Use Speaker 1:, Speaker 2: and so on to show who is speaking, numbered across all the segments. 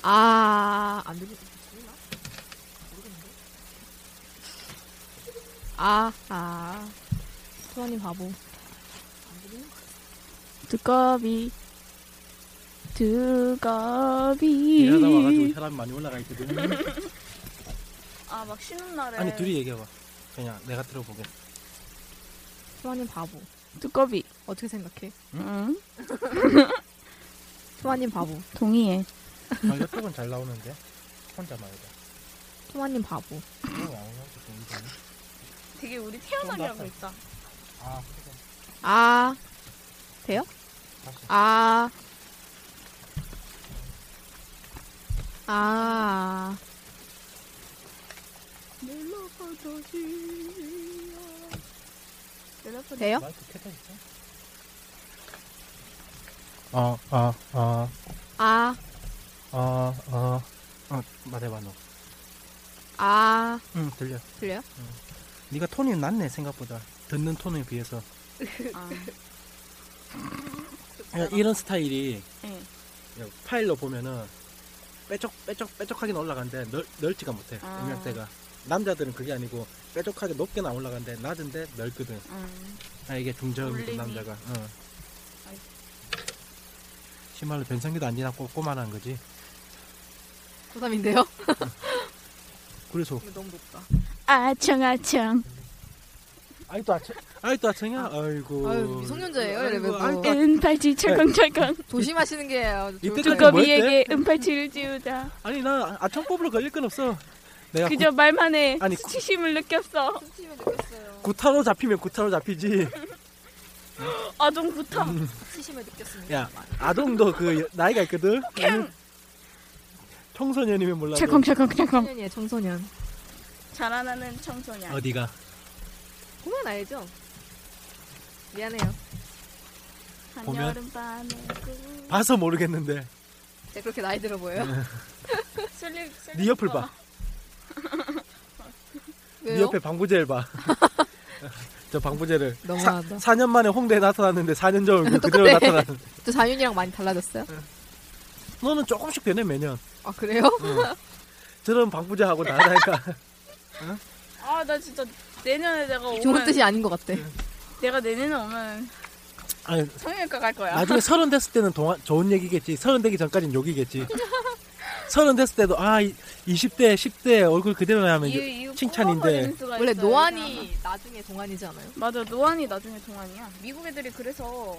Speaker 1: 아, 안 들리지. 아, 아. 소환님 바보. 두꺼비. 두꺼비.
Speaker 2: 일하다 와가지고 혈압 많이 올라가 있거든.
Speaker 3: 아 막 쉬는 날에
Speaker 2: 아니 둘이 얘기해봐. 그냥 내가 들어보게.
Speaker 1: 소환님 바보. 두꺼비. 어떻게 생각해?
Speaker 3: 응
Speaker 1: 소환님 바보.
Speaker 3: 동의해
Speaker 2: 아, 이쪽은 잘 나오는데 혼자 말이다.
Speaker 1: 소환님 바보.
Speaker 2: 이거 안 나오지, 좀 이상해.
Speaker 3: 되게 우리 태연아이라고
Speaker 2: 좀
Speaker 3: 있다
Speaker 2: 아, 그래.
Speaker 1: 아. 돼요? 아. 아. 돼요?
Speaker 2: 마이크 켜져 있어? 어, 어, 어,
Speaker 1: 아.
Speaker 2: 어, 어, 어, 말해봐 너.
Speaker 1: 아.
Speaker 2: 응, 들려.
Speaker 1: 들려요?
Speaker 2: 네가 톤이 낮네 생각보다. 듣는 톤에 비해서.
Speaker 3: 아.
Speaker 2: 그냥 이런 스타일이
Speaker 3: 네.
Speaker 2: 그냥 파일로 보면은 빼쪽 빼쪽 빼쪽하게 올라가는데 넓, 넓지가 못해
Speaker 3: 아.
Speaker 2: 음역대가 남자들은 그게 아니고 빼쪽하게 높게 나 올라가는데 낮은데 넓거든
Speaker 3: 음.
Speaker 2: 아 이게 중저음이든
Speaker 3: 울림이.
Speaker 2: 남자가 어. 응.
Speaker 3: 아이고.
Speaker 2: 심말로 변성기도 안 지나고 꼬만한 거지
Speaker 1: 고삼인데요?
Speaker 2: 그래서
Speaker 1: 이거 너무 높다.
Speaker 3: 아청아청
Speaker 2: 아직도 아청 아직도 아청이야 아이고
Speaker 1: 아유, 미성년자예요,
Speaker 2: 아이고,
Speaker 1: 여러분.
Speaker 2: 아직도 아청-
Speaker 3: 은팔찌 철컹철컹
Speaker 1: 조심하시는 게요.
Speaker 2: 이때까지 뭐-
Speaker 1: 조용히-
Speaker 3: 두꺼비에게 은팔찌를 찌우자
Speaker 2: 아니 나 아청법으로 걸릴 건 없어 내가
Speaker 3: 그저 말만 해
Speaker 2: 아니,
Speaker 3: 수치심을 느꼈어
Speaker 1: 수치심을 느꼈어요.
Speaker 2: 구, 타로 잡히면 구타로 잡히지
Speaker 3: 아좀 붙어
Speaker 2: 음,
Speaker 1: 수치심을 느꼈습니다.
Speaker 2: 야 아동도 그 여- 나이가 있거든 청소년이면 몰라도
Speaker 3: 철컹철컹철컹
Speaker 1: 청소년이에요, 청소년.
Speaker 3: 자라나는 청소년
Speaker 2: 어디가
Speaker 1: 보면 알죠? 미안해요.
Speaker 2: 아, 보면?
Speaker 3: 한여름밤에 그-
Speaker 2: 봐서 모르겠는데
Speaker 1: 제가 그렇게 나이 들어 보여요?
Speaker 3: 슬립 슬립
Speaker 2: 네 옆을 봐. 네
Speaker 1: 아, 왜요?
Speaker 2: 옆에 방부제를 봐. 저 방부제를
Speaker 1: 너무하다. 네.
Speaker 2: 4년 만에 홍대에 나타났는데 4년 전 얼굴 그대로
Speaker 1: 똑같아.
Speaker 2: 나타나는.
Speaker 1: 또 자윤이랑 많이 달라졌어요?
Speaker 2: 네. 너는 조금씩 되네 매년.
Speaker 1: 아 그래요?
Speaker 2: 저런 방부제하고 나다니까
Speaker 3: 아 나 진짜 내년에 내가
Speaker 2: 네.
Speaker 1: 좋은
Speaker 3: 오면
Speaker 1: 뜻이 아닌 것 같아.
Speaker 3: 내가 내년에 오면
Speaker 2: 아니,
Speaker 3: 성형외과 갈 거야
Speaker 2: 나중에 서른 됐을 때는 동안, 좋은 얘기겠지. 서른 되기 전까지는 욕이겠지. 서른 됐을 때도 아 이- 20대 10대 얼굴 그대로 나면
Speaker 3: 이유 이유
Speaker 2: 칭찬인데
Speaker 1: 원래 노안이 나중에 동안이잖아요.
Speaker 3: 맞아 노안이 나중에 동안이야 미국 애들이 그래서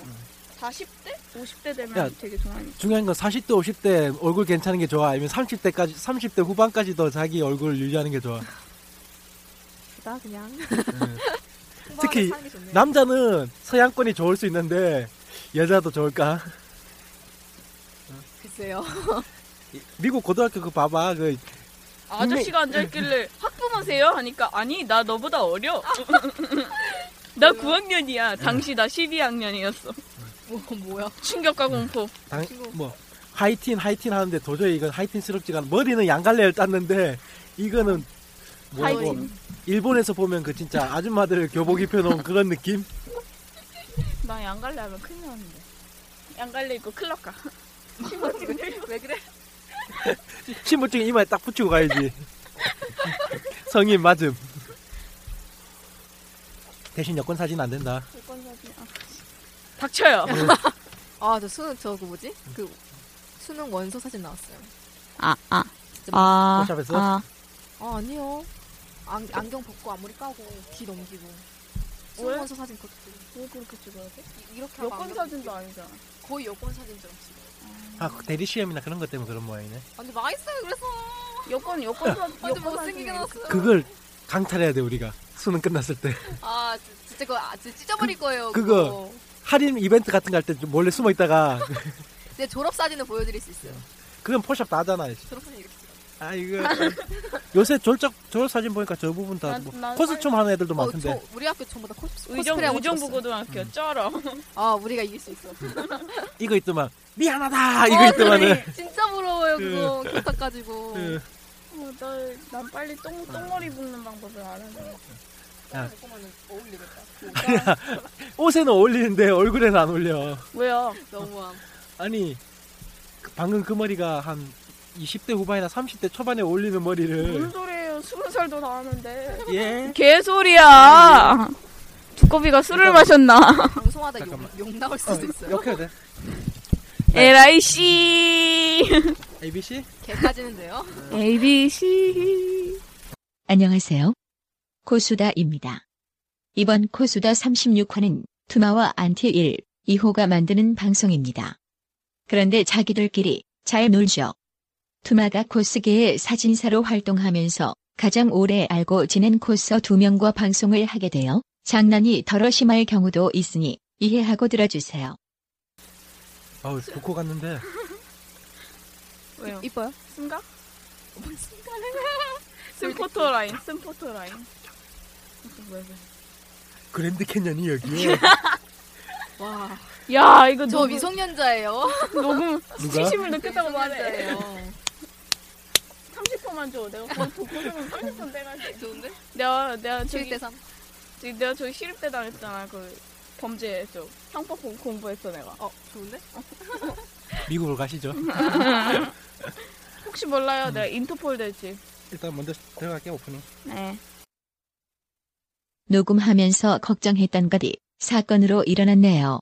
Speaker 3: 40대 50대 되면
Speaker 2: 음. 야.
Speaker 3: 되게 동안이
Speaker 2: 중요한 건 40대 50대 얼굴 괜찮은 게 좋아. 아니면 30대까지 30대 후반까지 더 자기 얼굴 유지하는 게 좋아.
Speaker 1: 나 그냥
Speaker 2: 특히
Speaker 1: 사는 게 좋네요.
Speaker 2: 남자는 서양권이 좋을 수 있는데 여자도 좋을까?
Speaker 1: 글쎄요.
Speaker 2: 미국 고등학교 그 봐봐 그
Speaker 3: 아저씨가 앉아있길래
Speaker 2: 음.
Speaker 3: 학부모세요? 하니까 아니 나 너보다 어려 나 9학년이야 당시 나 12학년이었어
Speaker 1: 뭐 뭐야?
Speaker 3: 충격과
Speaker 2: 음.
Speaker 3: 공포
Speaker 2: 당,
Speaker 1: 그리고-
Speaker 2: 뭐 하이틴 하이틴 하는데 도저히 이건 하이틴스럽지가 않아 머리는 양갈래를 땄는데 이거는 뭐, 뭐
Speaker 3: 하이틴.
Speaker 2: 일본에서 보면 그 진짜 아줌마들 교복 입혀놓은 그런 느낌
Speaker 3: 나 양갈래 하면 큰일 나는데 양갈래 입고 클럽 가
Speaker 1: 왜 그래?
Speaker 2: 신분증 이마에 딱 붙이고 가야지 성인 맞음 대신 여권 사진 안 된다
Speaker 3: 닥쳐요
Speaker 1: 아저 수능 저그 뭐지? 그 수능 원서 사진 나왔어요.
Speaker 3: 아아
Speaker 1: 진짜
Speaker 3: 아,
Speaker 2: 포샵에서?
Speaker 1: 아 아니요. 안, 안경 벗고 앞머리 까고 귀 넘기고 수능 원서 사진 그것도
Speaker 3: 왜 그렇게 찍어야 돼?
Speaker 1: 이- 이렇게 하고 안
Speaker 3: 여권
Speaker 1: 그래도
Speaker 3: 사진도 아니잖아.
Speaker 1: 거의 여권 사진처럼 찍어.
Speaker 2: 아 대리 시험이나 그런 것 때문에 그런 모양이네.
Speaker 1: 아 근데 망했어요 그래서.
Speaker 3: 여권 여권 사
Speaker 1: 완전
Speaker 3: 여권
Speaker 1: 못생기게
Speaker 3: 사진이
Speaker 1: 나왔어요.
Speaker 2: 그걸 강탈해야 돼 우리가 수능 끝났을 때
Speaker 1: 아 지- 진짜 그거 아, 진짜 찢어버릴 거예요.
Speaker 2: 그거. 할인 이벤트 같은 거 할 때 몰래 숨어 있다가
Speaker 1: 내 네, 졸업 사진을 보여드릴 수
Speaker 2: 네.
Speaker 1: 있어요.
Speaker 2: 그건 포샵 다 하잖아.
Speaker 1: 졸업 사진 이렇게 찍어.
Speaker 2: 아 이거 요새 졸작 졸업 사진 보니까 저 부분 다
Speaker 4: 나-
Speaker 2: 뭐
Speaker 4: 나
Speaker 2: 코스튬 하는 애들도
Speaker 1: 어,
Speaker 2: 많던데.
Speaker 1: 저 우리 학교 전부 다 코스
Speaker 4: 의정
Speaker 1: 코스프레 하고 싶었어요.
Speaker 4: 의정부고등학교
Speaker 2: 음.
Speaker 4: 쩔어.
Speaker 1: 아 우리가 이길 수 있어. 아,
Speaker 2: 이거 있더만
Speaker 1: 어,
Speaker 2: 미안하다 이거 있더만은 네.
Speaker 1: 진짜 부러워요 그거 교탁 가지고.
Speaker 2: 예.
Speaker 3: 어, 나- 난 빨리 똥
Speaker 2: 아.
Speaker 3: 똥머리 붓는 방법을 알아야
Speaker 2: 야.
Speaker 1: 조금은 어울리겠다.
Speaker 2: 옷에는 어울리는데 얼굴에는 안 어울려
Speaker 3: 왜요?
Speaker 1: 너무함.
Speaker 2: 아니 그 방금 그 머리가 한 20대 후반이나 30대 초반에 어울리는
Speaker 3: 무슨
Speaker 1: 음?
Speaker 2: 머리를
Speaker 3: 소리예요? 스무 살도 다 하는데.
Speaker 2: 예
Speaker 4: 개소리야. 두꺼비가 술을
Speaker 2: 그러니까.
Speaker 4: 마셨나?
Speaker 1: 방송하다
Speaker 2: 잠깐만. 어,
Speaker 1: 욕, 욕 나올 수도 있어요.
Speaker 2: 역해야 돼 네. 음.
Speaker 4: LIC.
Speaker 2: ABC
Speaker 1: 개까지는 돼요.
Speaker 4: ABC.
Speaker 5: 안녕하세요. 코수다입니다. 이번 코수다 36화는 투마와 안티 1, 2호가 만드는 방송입니다. 그런데 자기들끼리 잘 놀죠. 투마가 코스계의 사진사로 활동하면서 가장 오래 알고 지낸 코서 두 명과 방송을 하게 되어 장난이 더러 심할 경우도 있으니 이해하고 들어주세요.
Speaker 2: 어우 좋고 갔는데
Speaker 3: 왜요?
Speaker 1: 이뻐요? 어,
Speaker 3: 순각?
Speaker 4: 슴포터 라인.
Speaker 3: 쌤포터 라인. 왜 왜?
Speaker 2: 그랜드 캐년이 여기에
Speaker 1: 와,
Speaker 4: 야, 이거
Speaker 1: 저
Speaker 4: 녹음-
Speaker 1: 미성년자예요.
Speaker 3: 너무
Speaker 2: 누가
Speaker 3: 수치심을 느꼈다고 말해.
Speaker 1: 미성년자예요.
Speaker 3: 30%만 줘. 내가 그걸 보고 보면 30% 떼갈게.
Speaker 1: 좋은데?
Speaker 4: 내가 내가 저기
Speaker 1: 7대3.
Speaker 4: 내가 저기 시립대 당했잖아. 그 범죄 쪽 형법 공- 공부했어 내가.
Speaker 1: 어, 좋은데?
Speaker 2: 미국으로 가시죠
Speaker 4: 혹시 몰라요.
Speaker 2: 음.
Speaker 4: 내가 인터폴 될지.
Speaker 2: 일단 먼저 들어갈게 오프닝
Speaker 4: 네.
Speaker 5: 녹음하면서 걱정했던 것이 사건으로 일어났네요.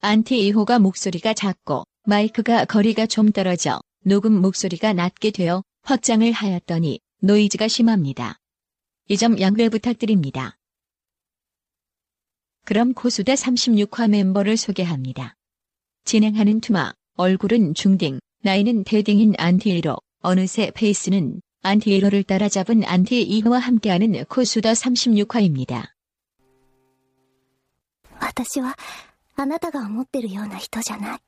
Speaker 5: 안티 2호가 목소리가 작고 마이크가 거리가 좀 떨어져 녹음 목소리가 낮게 되어 확장을 하였더니 노이즈가 심합니다. 이 점 양해 부탁드립니다. 그럼 고수대 36화 멤버를 소개합니다. 진행하는 투마, 얼굴은 중딩, 나이는 대딩인 안티 1호, 어느새 페이스는 안티 1호를 따라잡은 안티 2호와 함께하는 코수더 36화입니다.
Speaker 6: 私はあなたが思ってるような人じゃない。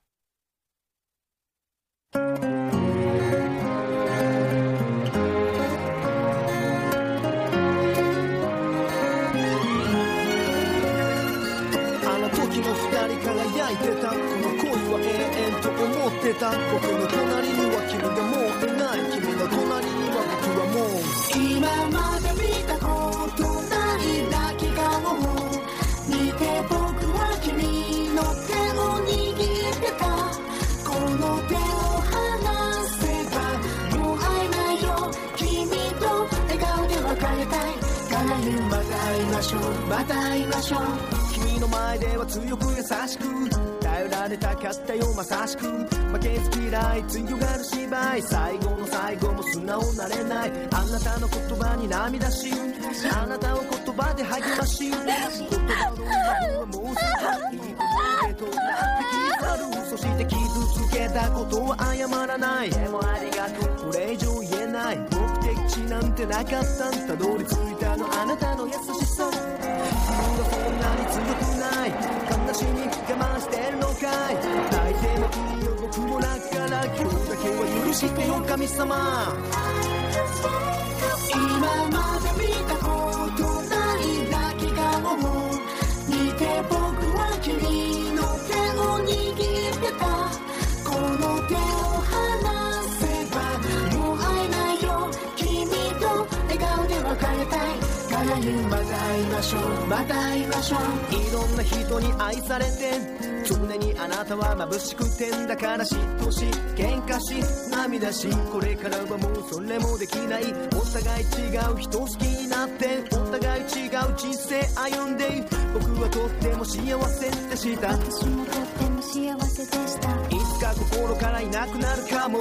Speaker 7: あの時の二人輝いてたこの恋は永遠と思ってた僕の隣には君がもういない君の隣には僕はもう今まで見たことない泣き顔を見て僕は君の手を握ってたこの手を離せばもう会えないよ君と笑顔で別れたいから言うまた会いましょうまた会いましょう君の前では強く優しく頼られたかったよまさしく負けず嫌い強がる芝居最後の最後も素直なれないあなたの言葉に涙しあなたを言葉で励まし言葉の裏にはもうすぐいいことでとなってきたるそして傷つけたことは謝らないでもありがとうこれ以上言えない目的地なんてなかったんたどり着いたのあなたの優しさ自分がそんなに強くない悲しみ我慢してるのかい泣いてもいいよ僕もだから今日だけは許してよ神様今まで見たことない泣き顔を見て僕は君の手を握ってたこの手を離せばもう会えないよ君と笑顔で別れたいから言うまた会いましょうまた会いましょういろんな人に愛されて常にあなたは眩しくてんだから嫉妬し喧嘩し涙しこれからはもうそれもできないお互い違う人好きになってお互い違う人生歩んで僕はとっても幸せでした
Speaker 6: 私もとっても幸せでした。
Speaker 7: いつか心からいなくなるかも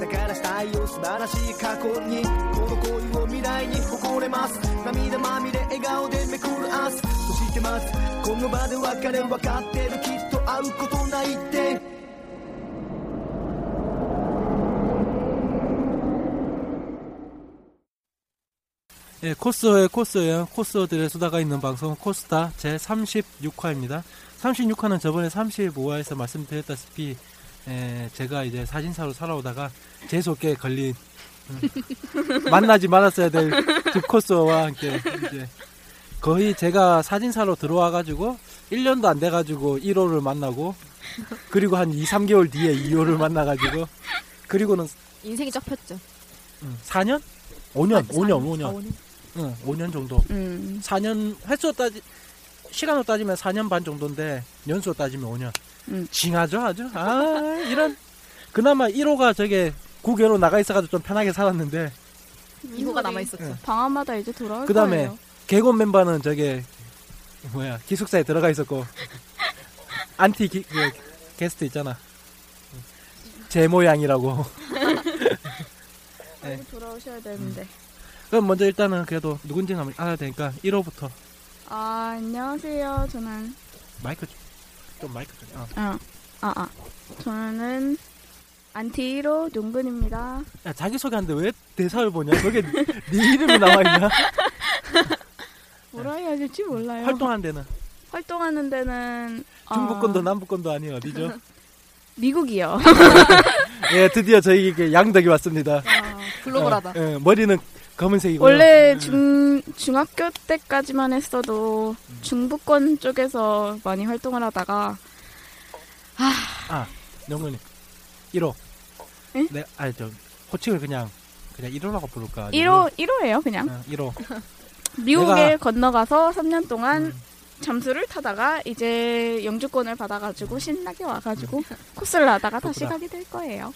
Speaker 7: だからしたいよ素晴らしい過去にこの恋を未来に誇れます涙まみれ笑顔でめくる明日そしてってますこの場で別れ分かってるきっと会うことないって
Speaker 2: 예, 코스의 코스 여행 코스들의 수다가 있는 방송 코스타 제 36화입니다. 36화는 저번에 35화에서 말씀드렸다시피 예, 제가 이제 사진사로 살아오다가 재수없게 걸린 음, 만나지 말았어야 될 딥코스와 함께 이제 거의 제가 사진사로 들어와 가지고 1년도 안 돼 가지고 1호를 만나고 그리고 한 2, 3개월 뒤에 2호를 만나 가지고 그리고는
Speaker 1: 인생이 쫙 폈죠.
Speaker 2: 음, 4년? 5년,
Speaker 1: 아,
Speaker 2: 5년,
Speaker 1: 사-
Speaker 2: 5년.
Speaker 1: 아, 5년.
Speaker 2: 응, 5년 정도.
Speaker 4: 음.
Speaker 2: 4년 횟수로 따지 시간으로 따지면 4년 반 정도인데 연수로 따지면 5년.
Speaker 4: 음.
Speaker 2: 징하죠, 아주. 아, 이런 그나마 1호가 저게 9개로 나가 있어 가지고 좀 편하게 살았는데
Speaker 1: 이거가 남아 있었죠.
Speaker 2: 응.
Speaker 3: 방학마다 이제 돌아올
Speaker 2: 그다음에
Speaker 3: 거예요.
Speaker 2: 개건 멤버는 저게 뭐야? 기숙사에 들어가 있었고 안티 기, 그 게스트 있잖아. 제 모양이라고. 네.
Speaker 3: 빨리 돌아오셔야 되는데.
Speaker 2: 음. 그럼 먼저 일단은 그래도 누군지는 한번 알아야 되니까 1호부터
Speaker 3: 아, 안녕하세요. 저는
Speaker 2: 마이크 좀, 좀 마이크 좀. 어.
Speaker 3: 어, 아, 아. 저는 안티로 용근입니다.
Speaker 2: 야, 자기소개하는데 왜 대사를 보냐? 거기에 네 이름이 나와있냐?
Speaker 3: 뭐라 해야 될지 몰라요.
Speaker 2: 네. 활동하는 데는
Speaker 3: 하는 데는 어,
Speaker 2: 중국 건도 남북 건도 아니에요. 어디죠?
Speaker 3: 미국이요.
Speaker 2: 예, 드디어 저희에게 양덕이 왔습니다.
Speaker 1: 네. 글로벌하다.
Speaker 2: 예, 예, 머리는 검은색이고요. 네.
Speaker 3: 원래 중 중학교 때까지만 했어도
Speaker 2: 음.
Speaker 3: 중부권 쪽에서 많이 활동을 하다가
Speaker 2: 아, 영근이 1호.
Speaker 3: 응?
Speaker 2: 네, 아니 저 호칭을 그냥 그냥 1호라고 부를까? 아,
Speaker 3: 1호 1호예요, 그냥.
Speaker 2: 1호.
Speaker 3: 미국에
Speaker 2: 네. 내가- 음.
Speaker 3: 건너가서 3년 동안 잠수를 타다가 이제 영주권을 받아가지고 신나게 와가지고 코스를 하다가 다시
Speaker 2: 음. 그렇구나.
Speaker 3: 가게 될 거예요.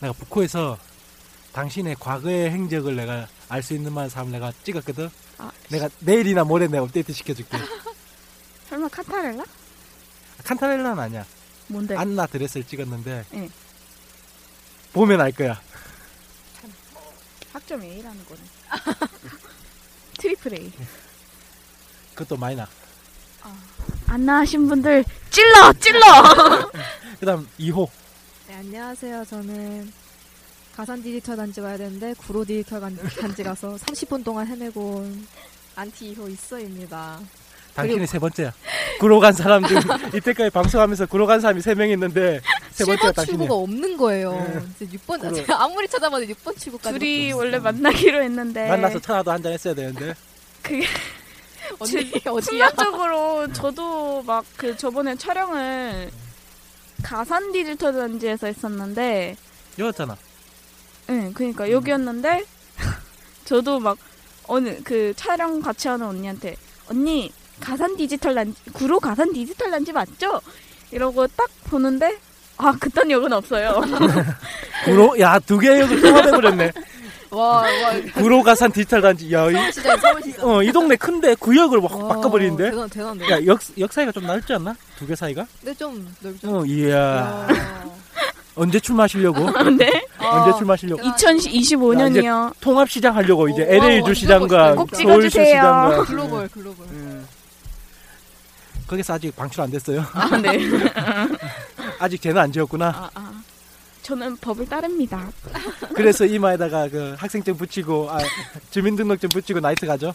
Speaker 2: 내가 북코에서 당신의 과거의 행적을 내가 알 수 있는 만한 사람 내가 찍었거든.
Speaker 3: 아.
Speaker 2: 내가 내일이나 모레 내가 업데이트 시켜줄게.
Speaker 3: 설마 카타렐라?
Speaker 2: 칸타렐라는 아니야.
Speaker 3: 뭔데?
Speaker 2: 안나 드레스를 찍었는데
Speaker 3: 네. 예.
Speaker 2: 보면 알 거야.
Speaker 3: 학점 A라는 거는. 트리플 A.
Speaker 2: 네. 그것도 마이너.
Speaker 3: 안 나하신 분들 찔러 찔러.
Speaker 2: 아, 그다음 2호.
Speaker 8: 네, 안녕하세요. 저는 가산 디지털 단지 와야 되는데 구로 디지털 간- 단지 가서 30분 동안 헤매고 온 안티 2호 있어입니다.
Speaker 2: 당신이 세 번째야. 구로 간 사람 중 이때까지 방송하면서 구로 간 사람이 세 명 있는데 세 번째가
Speaker 8: 7번
Speaker 2: 당신이야.
Speaker 8: 출구가 없는 거예요.
Speaker 1: 네.
Speaker 8: 이제 6번
Speaker 2: 그래.
Speaker 8: 제가 아무리 찾아봐도 6번 출구까지
Speaker 3: 둘이 원래 만나기로 했는데
Speaker 2: 만나서 차라도 한잔 했어야 되는데
Speaker 8: 언니 어디야?
Speaker 3: 순간적으로 저도 막 그 저번에 촬영을 가산 디지털 단지에서 했었는데
Speaker 2: 여였잖아.
Speaker 3: 응, 그러니까 여기였는데 저도 막 어느 그 촬영 같이 하는 언니한테 언니 가산 디지털 난 구로 가산 디지털 난지 맞죠? 이러고 딱 보는데 아 그딴 역은 없어요.
Speaker 2: 구로 야 두 개의 역을 통합해 버렸네.
Speaker 8: 와, 와.
Speaker 2: 구로 가산 디지털 단지 야이
Speaker 8: 진짜 서울 진짜.
Speaker 2: 어, 이 동네 큰데 구역을
Speaker 1: 어,
Speaker 2: 확 바꿔 버리는데.
Speaker 8: 대단
Speaker 1: 그
Speaker 8: 대단해.
Speaker 2: 야, 역, 역 사이가 좀 넓지 않나? 두 개 사이가?
Speaker 8: 근데 좀 넓죠.
Speaker 2: 어, 이야. 언제 출마하시려고?
Speaker 3: 네.
Speaker 8: 어,
Speaker 2: 언제 출마하시려고?
Speaker 3: 2025년이요.
Speaker 2: 통합 시장 하려고 이제
Speaker 8: 어,
Speaker 2: LA
Speaker 8: 완전
Speaker 2: 주 시장과 서울
Speaker 3: 꼭
Speaker 2: 주
Speaker 3: 찍어주세요.
Speaker 2: 시장과
Speaker 8: 글로벌 글로벌.
Speaker 2: 음. 거기서 아직 방출 안 됐어요.
Speaker 3: 아 네.
Speaker 2: 아직 쟤는 안 지었구나.
Speaker 3: 아, 아. 저는 법을 따릅니다.
Speaker 2: 그래서 이마에다가 그 학생증 붙이고 아, 주민등록증 붙이고 나이트 가죠.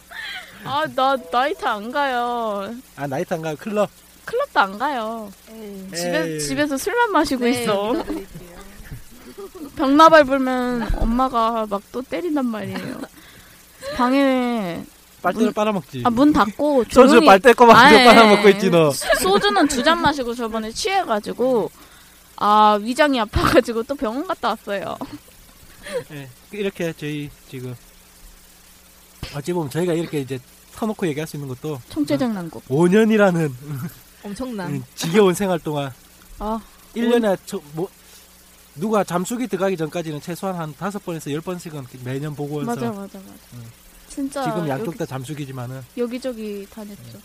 Speaker 3: 아 나 나이트 안 가요.
Speaker 2: 아 나이트 안 가고 클럽.
Speaker 3: 클럽도 안 가요.
Speaker 8: 에이.
Speaker 3: 집에
Speaker 2: 에이.
Speaker 3: 집에서 술만 마시고
Speaker 8: 네,
Speaker 3: 있어.
Speaker 8: 인사드릴게요.
Speaker 3: 병나발 불면 엄마가 막 또 때린단 말이에요. 방에
Speaker 2: 빨대를
Speaker 3: 문-
Speaker 2: 빨아먹지.
Speaker 3: 아, 문 닫고
Speaker 2: 소주
Speaker 3: 조용히-
Speaker 2: 빨대 꼬박
Speaker 3: 아,
Speaker 2: 아,
Speaker 3: 예,
Speaker 2: 빨아먹고
Speaker 3: 예.
Speaker 2: 있지 너.
Speaker 3: 소주는 두 잔 마시고 저번에 취해가지고 아 위장이 아파가지고 또 병원 갔다 왔어요.
Speaker 2: 예, 이렇게 저희 지금 어찌 보면 저희가 이렇게 이제 터놓고 얘기할 수 있는 것도 네.
Speaker 3: 총체적 난국.
Speaker 2: 5년이라는
Speaker 8: 엄청난.
Speaker 2: 음.
Speaker 3: 음.
Speaker 2: 지겨운 생활 동안
Speaker 3: 아
Speaker 2: 어, 1년에 저, 뭐, 누가 잠수기 들어가기 전까지는 최소한 한 다섯 번에서 열 번씩은 매년 보고해서
Speaker 3: 맞아 맞아 맞아.
Speaker 2: 음.
Speaker 3: 진짜
Speaker 2: 지금 양쪽
Speaker 3: 여기,
Speaker 2: 다 잠수기지만은
Speaker 3: 여기저기 다녔죠.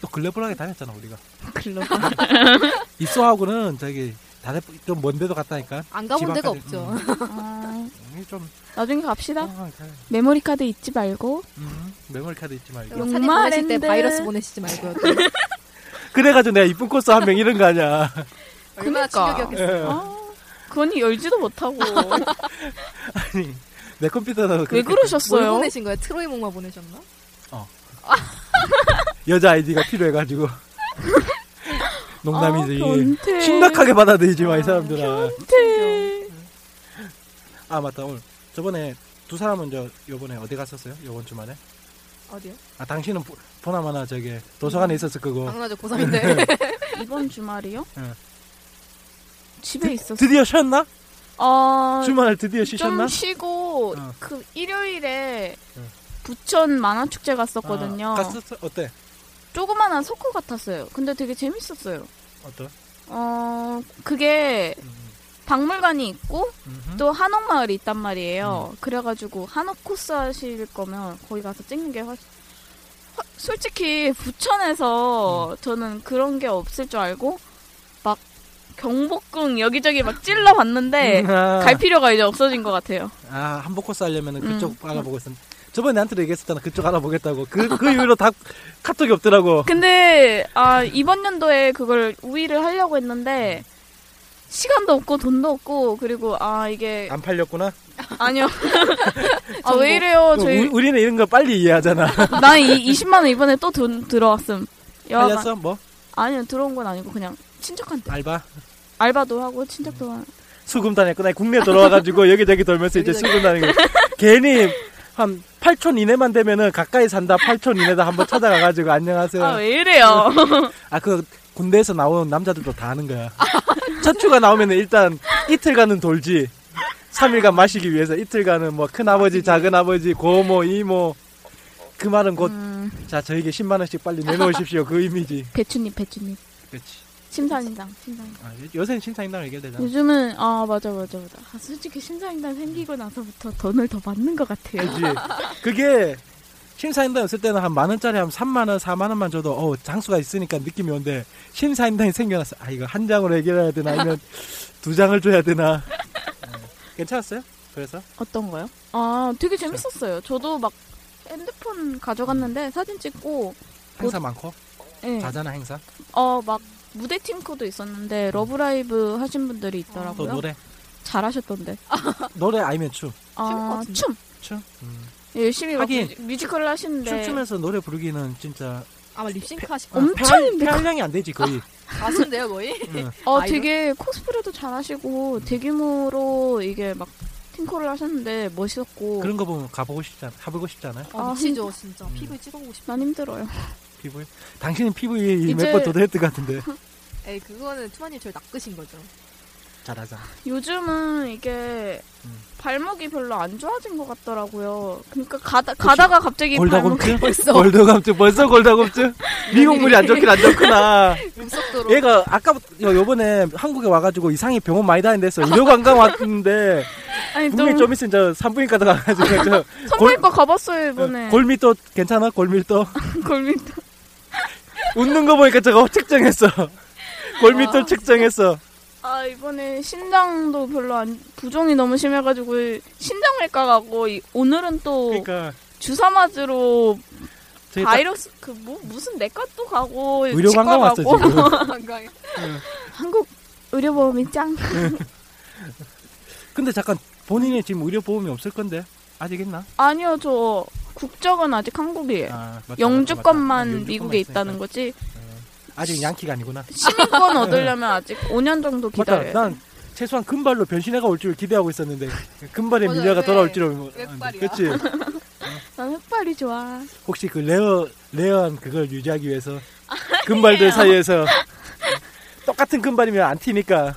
Speaker 2: 또 글래블하게 다녔잖아 우리가
Speaker 3: 글로.
Speaker 2: 입소하고는 저기 다들 좀 먼데도 갔다니까
Speaker 8: 안 가본
Speaker 2: 집
Speaker 8: 데가
Speaker 2: 앞까지-
Speaker 8: 없죠.
Speaker 3: 아,
Speaker 2: 음, 좀
Speaker 3: 나중에 갑시다.
Speaker 2: 아,
Speaker 3: 메모리 카드 잊지 말고
Speaker 2: 음. 메모리 카드 잊지
Speaker 3: 어.
Speaker 2: 말고.
Speaker 8: 사진 보내실 때
Speaker 3: 욕망인데.
Speaker 8: 바이러스 보내시지 말고요. 또.
Speaker 2: 그래가지고 내가 이쁜 코스 한 명 잃은 거 아니야.
Speaker 8: 얼마나 충격이었겠어요.
Speaker 3: 아, 그 언니 열지도 못하고
Speaker 2: 아니 내 컴퓨터다.
Speaker 8: 뭘
Speaker 3: 왜 그러셨어요? 네.
Speaker 8: 보내신 거예요? 트로이 목마 보내셨나?
Speaker 2: 여자 아이디가 필요해가지고. 농담이지.
Speaker 3: 아, 변태.
Speaker 2: 심각하게 받아들이지 마, 이 사람들아.
Speaker 3: 변태.
Speaker 2: 아, 맞다. 오늘 저번에 두 사람은 저 요번에 어디 갔었어요? 요번 주말에?
Speaker 8: 어디요?
Speaker 2: 아, 당신은 보, 보나마나 저기 도서관에
Speaker 3: 음.
Speaker 2: 있었을
Speaker 3: 아,
Speaker 2: 거고.
Speaker 8: 당연하죠 고3인데
Speaker 3: 이번 주말이요?
Speaker 2: 응.
Speaker 3: 집에 있었어.
Speaker 2: 어. 드디어 쉬었나?
Speaker 3: 아,
Speaker 2: 주말 드디어 쉬셨나?
Speaker 3: 좀 쉬고
Speaker 2: 어.
Speaker 3: 그 일요일에
Speaker 2: 응.
Speaker 3: 부천 만화축제 갔었거든요.
Speaker 2: 아, 갔었어? 어때?
Speaker 3: 조그만한 석호 같았어요. 근데 되게 재밌었어요.
Speaker 2: 어때?
Speaker 3: 어, 그게 박물관이 있고
Speaker 2: 음, 음흠.
Speaker 3: 또 한옥마을이 있단 말이에요.
Speaker 2: 음.
Speaker 3: 그래가지고 한옥 코스 하실 거면 거기 가서 찍는 게 훨씬 훨- 솔직히 부천에서
Speaker 2: 음.
Speaker 3: 저는 그런 게 없을 줄 알고 막 경복궁 여기저기 막 찔러봤는데
Speaker 2: 음, 아.
Speaker 3: 갈 필요가 이제 없어진 것 같아요.
Speaker 2: 아, 한복 코스 하려면 그쪽
Speaker 3: 음.
Speaker 2: 알아보고 있었는데. 저번에 나한테도 얘기했었잖아. 그쪽 알아보겠다고. 그, 그 이후로 다 카톡이 없더라고.
Speaker 3: 그 근데 아, 이번 연도에 그걸 우위를 하려고 했는데 시간도 없고 돈도 없고 그리고 아 이게
Speaker 2: 안 팔렸구나?
Speaker 3: 아니요. 아 왜 이래요? 저희
Speaker 2: 뭐, 우, 리는 이런 거 빨리 이해하잖아.
Speaker 3: 난 이 20만 원 이번에 또 돈 들어왔음. 여하간-
Speaker 2: 팔렸어? 뭐?
Speaker 3: 아니요 들어온 건 아니고 그냥 친척한테
Speaker 2: 알바?
Speaker 3: 알바도 하고 친척도 하고
Speaker 2: 수금 다녔구나. 국내 돌아와가지고 여기저기 돌면서 이제 수금 다니는 거. 괜히 한 8천 이내만 되면은 가까이 산다. 8천 이내다 한번 찾아가가지고 안녕하세요.
Speaker 3: 아 왜 이래요?
Speaker 2: 아, 그 군대에서 나온 남자들도 다 아는 거야. 첫 추가 나오면은 일단 이틀간은 돌지. 3일간 마시기 위해서 이틀간은 뭐 큰아버지, 작은아버지, 고모, 뭐, 이모. 그 말은 곧, 자, 저에게 10만원씩 빨리 내놓으십시오. 그 의미지.
Speaker 3: 배추잎 배추잎
Speaker 2: 그렇지.
Speaker 3: 심사인당 심사인당
Speaker 2: 아, 요- 요새는 신사임당 해결되잖아.
Speaker 3: 요즘은 아 맞아 맞아 맞아 아, 솔직히 심사인당 생기고 나서부터 돈을 더 받는 것 같아요.
Speaker 2: 그지? 그게 심사인당 없을 때는 한 만 원짜리 한 3만 원, 4만 원만 줘도 어, 장수가 있으니까 느낌이 오는데 심사인당이 생겨나서 아 이거 한 장으로 해결해야 되나 아니면 두 장을 줘야 되나 어, 괜찮았어요? 그래서
Speaker 3: 어떤 거요? 아 되게 재밌었어요. 저도 막 핸드폰 가져갔는데 사진 찍고
Speaker 2: 행사 많고
Speaker 3: 예.
Speaker 2: 자잖아 행사
Speaker 3: 어 막 무대 팀코도 있었는데 러브라이브 하신 분들이
Speaker 2: 또
Speaker 3: 있더라고요.
Speaker 2: 노래
Speaker 3: 잘하셨던데.
Speaker 2: 노래 아니면 춤
Speaker 3: 아, 춤. 네.
Speaker 2: 춤? 음.
Speaker 3: 열심히 막
Speaker 2: 하긴.
Speaker 3: 뮤지- 뮤지컬을 하시는데
Speaker 2: 춤추면서 노래 부르기는 진짜 어,
Speaker 8: 아마 립싱크 하실 거예요.
Speaker 3: 엄청 아, 힘들 것
Speaker 2: 량이안 되지 거의
Speaker 8: 가수인데요, 거의?
Speaker 2: 응.
Speaker 3: 어,
Speaker 8: 아이돌?
Speaker 3: 되게 코스프레도 잘하시고 대규모로 이게 막 팀콜을 하셨는데 멋있었고
Speaker 2: 그런 거 보면 가보고 싶잖아 가보고 싶잖아요
Speaker 8: 아,
Speaker 3: 아,
Speaker 8: 미치죠, 진짜.
Speaker 2: 음.
Speaker 8: 피부에 찍어보고 싶다.
Speaker 3: 난 힘들어요.
Speaker 2: 피부에 당신은 피부에
Speaker 3: 이제-
Speaker 2: 몇번 도도했던 것 같은데
Speaker 8: 에이, 그거는 투마님 저를 낚으신 거죠.
Speaker 2: 잘하잖아
Speaker 3: 요즘은 이게
Speaker 2: 음.
Speaker 3: 발목이 별로 안 좋아진 것 같더라고요. 그러니까 가다 가다가 갑자기 발목
Speaker 2: 골다공증? 골다공증 벌써 골다공증? 미국 물이 안 좋긴 안 좋구나.
Speaker 8: 급속도로.
Speaker 2: 얘가 아까부터 요- 요번에 한국에 와가지고 이상히 병원 많이 다닌댔어. 의료관광 왔는데
Speaker 3: 아니 또
Speaker 2: 분명히 좀 있으면 저 산부인과 들어가가지고 저
Speaker 3: 성형외과 가봤어요 이번에
Speaker 2: 네, 골밀 도 괜찮아? 골밀 도
Speaker 3: 골밀
Speaker 2: 웃는 거 보니까 저거 측정했어. 골밀 도 측정했어.
Speaker 3: 아 이번에 신장도 별로 안 부종이 너무 심해가지고 신장외과 가고 이- 오늘은 또
Speaker 2: 그러니까
Speaker 3: 주사 맞으러
Speaker 2: 저희 딱
Speaker 3: 바이러스 그 뭐 무슨 내과 또 가고 치과
Speaker 2: 의료관광 왔어
Speaker 3: 가고.
Speaker 2: 지금.
Speaker 8: 한강에.
Speaker 3: 한국 의료보험이 짱.
Speaker 2: 근데 잠깐 본인이 지금 의료 보험이 없을 건데 아직 있나?
Speaker 3: 아니요 저 국적은 아직 한국이에요.
Speaker 2: 아, 맞다, 맞다, 맞다. 아,
Speaker 3: 영주권만
Speaker 2: 영주권만
Speaker 3: 네. 미국에 있다는
Speaker 2: 있으니까.
Speaker 3: 거지
Speaker 2: 아직 양키가 아니구나.
Speaker 3: 시민권 얻으려면 아직 5년 정도 기다려요.
Speaker 2: 맞다. 난 최소한 금발로 변신해가 올 줄 기대하고 있었는데 금발의
Speaker 8: 맞아,
Speaker 2: 미녀가
Speaker 8: 왜-
Speaker 2: 돌아올 줄은
Speaker 8: 왜 빨이야?
Speaker 2: 그치
Speaker 3: 난 흑발이 좋아.
Speaker 2: 혹시 그 레어 레어한 그걸 유지하기 위해서 금발들 사이에서 똑같은 금발이면 안 튀니까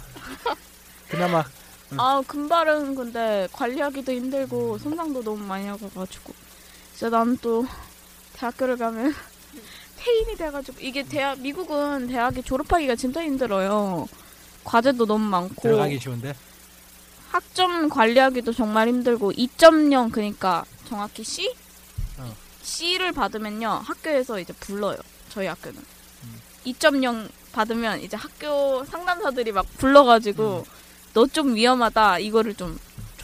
Speaker 2: 그나마
Speaker 3: 아 금발은 근데 관리하기도
Speaker 2: 음.
Speaker 3: 힘들고 손상도 너무 많이 하고가지고 진짜 난 또 대학교를 가면 폐인이 돼가지고 이게 대학 미국은 대학이 졸업하기가 진짜 힘들어요. 과제도 너무 많고
Speaker 2: 들어가기 쉬운데
Speaker 3: 학점 관리하기도 정말 힘들고 2.0 그러니까 정확히 C
Speaker 2: 어.
Speaker 3: C를 받으면요 학교에서 이제 불러요 저희 학교는
Speaker 2: 음.
Speaker 3: 2.0 받으면 이제 학교 상담사들이 막 불러가지고
Speaker 2: 음.
Speaker 3: 너 좀 위험하다 이거를 좀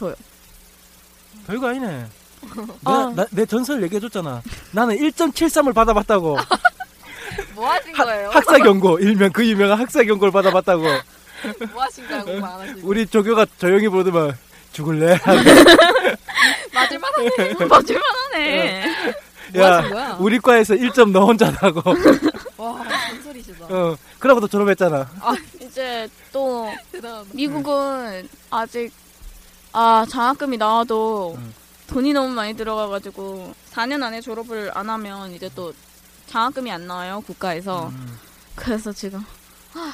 Speaker 2: 별거 아니네.
Speaker 3: 어.
Speaker 2: 내가 나- 내 전설 얘기해줬잖아. 나는 1.73을 받아봤다고.
Speaker 1: 뭐 하신 거예요?
Speaker 2: 학사 경고, 일명 그 유명한 학사 경고를 받아봤다고.
Speaker 1: 뭐 하신 거예요? 공부 안 하시고.
Speaker 2: 우리 조교가 조용히 보더만 죽을래. 하고.
Speaker 1: 맞을만하네.
Speaker 4: 맞을만하네.
Speaker 2: 어.
Speaker 1: 뭐 하신 거야?
Speaker 2: 우리 과에서 1점 너 혼자 나고.
Speaker 1: 와, 잔소리시다.
Speaker 2: 어, 그러고도 졸업했잖아.
Speaker 3: 이제 또 미국은 아직 아 장학금이 나와도
Speaker 2: 음.
Speaker 3: 돈이 너무 많이 들어가가지고 4년 안에 졸업을 안 하면 이제 또 장학금이 안 나와요 국가에서
Speaker 2: 음.
Speaker 3: 그래서 지금 아,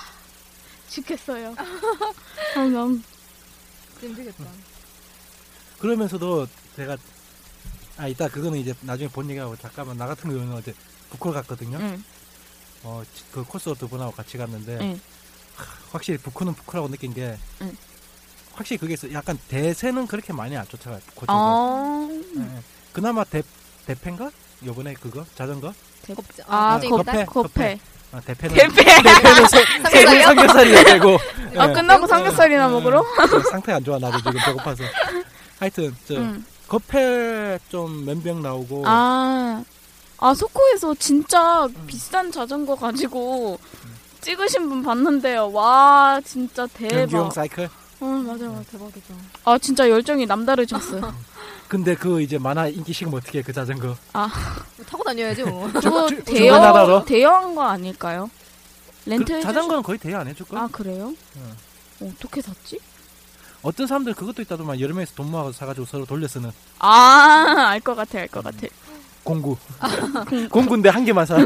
Speaker 3: 죽겠어요. 아, 너무
Speaker 1: 힘들겠다.
Speaker 2: 그러면서도 제가 아 이따 그거는 이제 나중에 본 얘기하고 잠깐만 나 같은 경우는 어제 북콜 갔거든요.
Speaker 3: 응.
Speaker 2: 어그 코스로 두 분하고 같이 갔는데
Speaker 3: 응.
Speaker 2: 하, 확실히 북콜은 북콜하고 느낀 게
Speaker 3: 응.
Speaker 2: 확실히 그게 있어. 약간 대세는 그렇게 많이 안 쫓아가요. 북콜 쪽은.
Speaker 3: 아,
Speaker 2: 예. 그나마 대 대패인가? 요번에 그거 자전거?
Speaker 1: 겁자.
Speaker 3: 아,
Speaker 2: 네,
Speaker 3: 겁패,
Speaker 2: 겁패,
Speaker 3: 겁패.
Speaker 2: 아, 대패는
Speaker 3: 대패.
Speaker 2: 대패는 세-
Speaker 3: 삼겹살이요?
Speaker 2: 세금 삼겹살이야 되고.
Speaker 3: 아,
Speaker 2: 예.
Speaker 3: 끝나고 삼겹살이나
Speaker 2: 예.
Speaker 3: 먹으러?
Speaker 2: 예, 상태 안 좋아 나도 지금 배고파서. 하여튼 저
Speaker 3: 응.
Speaker 2: 겁패 좀 면병 네. 나오고
Speaker 3: 아, 아 소코에서 진짜 비싼 자전거 가지고
Speaker 2: 음.
Speaker 3: 찍으신 분 봤는데요. 와 진짜
Speaker 2: 변기용
Speaker 3: 대박.
Speaker 2: 사이클.
Speaker 3: 어 맞아 맞아.
Speaker 1: 대박이다.
Speaker 3: 아 진짜 열정이 남다르셨어요.
Speaker 2: 근데 그 이제 만화 인기 식으면 어떻게 해, 그 자전거.
Speaker 3: 아
Speaker 1: 타고 다녀야지 뭐.
Speaker 3: 그거
Speaker 2: 주-
Speaker 3: 대여
Speaker 2: 주문하라로?
Speaker 3: 대여한 거 아닐까요? 렌트
Speaker 2: 그 자전거는 거의 대여 안 해줄 걸.
Speaker 3: 아 그래요?
Speaker 2: 응.
Speaker 3: 어떻게 샀지?
Speaker 2: 어떤 사람들 그것도 있다더만 여러 명이서 돈 모아서 사가지고 서로 돌려 쓰는
Speaker 3: 아알 것 같아 알 것 같아.
Speaker 2: 음, 공구.
Speaker 3: 아,
Speaker 2: 공구인데 한 개만 사.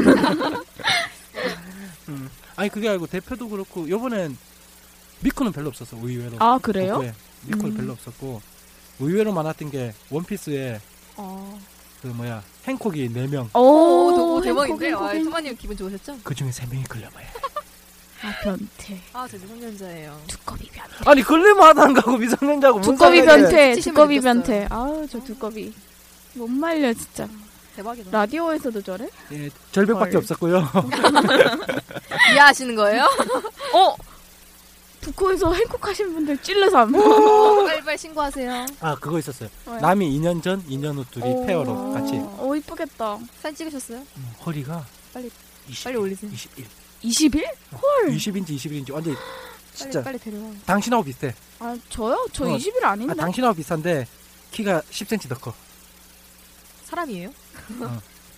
Speaker 2: 음. 아니 그게 아니고 대표도 그렇고 요번엔 미코는 별로 없었어 의외로.
Speaker 3: 아, 그래요?
Speaker 2: 북구에 미코는
Speaker 3: 음.
Speaker 2: 별로 없었고 의외로 많았던 게 원피스에
Speaker 3: 어.
Speaker 2: 그 뭐야 행콕이 4명
Speaker 1: 오,
Speaker 3: 오,
Speaker 1: 오 어, 대박인데.
Speaker 3: 어, 행복,
Speaker 1: 아,
Speaker 3: 행복.
Speaker 1: 토마님 기분 좋으셨죠?
Speaker 2: 그 중에 3명이 걸려봐요.
Speaker 3: 아 변태.
Speaker 1: 아, 저 미성년자예요.
Speaker 3: 두꺼비 변.
Speaker 2: 아니 걸리면 하다가고
Speaker 1: 어,
Speaker 2: 미성년자고 뭔
Speaker 3: 두꺼비
Speaker 2: 상관이야.
Speaker 3: 변태,
Speaker 1: 치심을
Speaker 3: 두꺼비
Speaker 1: 느꼈어요.
Speaker 3: 변태. 아우 저 두꺼비 못 말려 진짜.
Speaker 1: 음. 대박이다.
Speaker 3: 라디오에서도 저래?
Speaker 2: 예, 절벽밖에
Speaker 3: 헐.
Speaker 2: 없었고요.
Speaker 1: 이해하시는 거예요?
Speaker 3: 어? 북코에서 행콕하신 분들 찔러서
Speaker 2: 어,
Speaker 3: 안 봐.
Speaker 1: 빨리빨리 신고하세요.
Speaker 2: 아 그거 있었어요.
Speaker 3: 뭐요?
Speaker 2: 남이 2년 전, 2년 후 둘이
Speaker 3: 오.
Speaker 2: 페어로 같이
Speaker 3: 어 이쁘겠다.
Speaker 1: 사진 찍으셨어요?
Speaker 2: 음, 허리가
Speaker 1: 빨리
Speaker 2: 20,
Speaker 1: 빨리 올리세요.
Speaker 2: 21,
Speaker 3: 20일? 헐.
Speaker 2: 20인지 21인지 완전 히 진짜
Speaker 1: 빨리 데려와.
Speaker 2: 당신하고 비슷해.
Speaker 3: 아 저요? 저
Speaker 2: 어.
Speaker 3: 20일 아닌데.
Speaker 2: 아, 당신하고 비슷한데 키가 10cm 더 커.
Speaker 1: 사람이에요?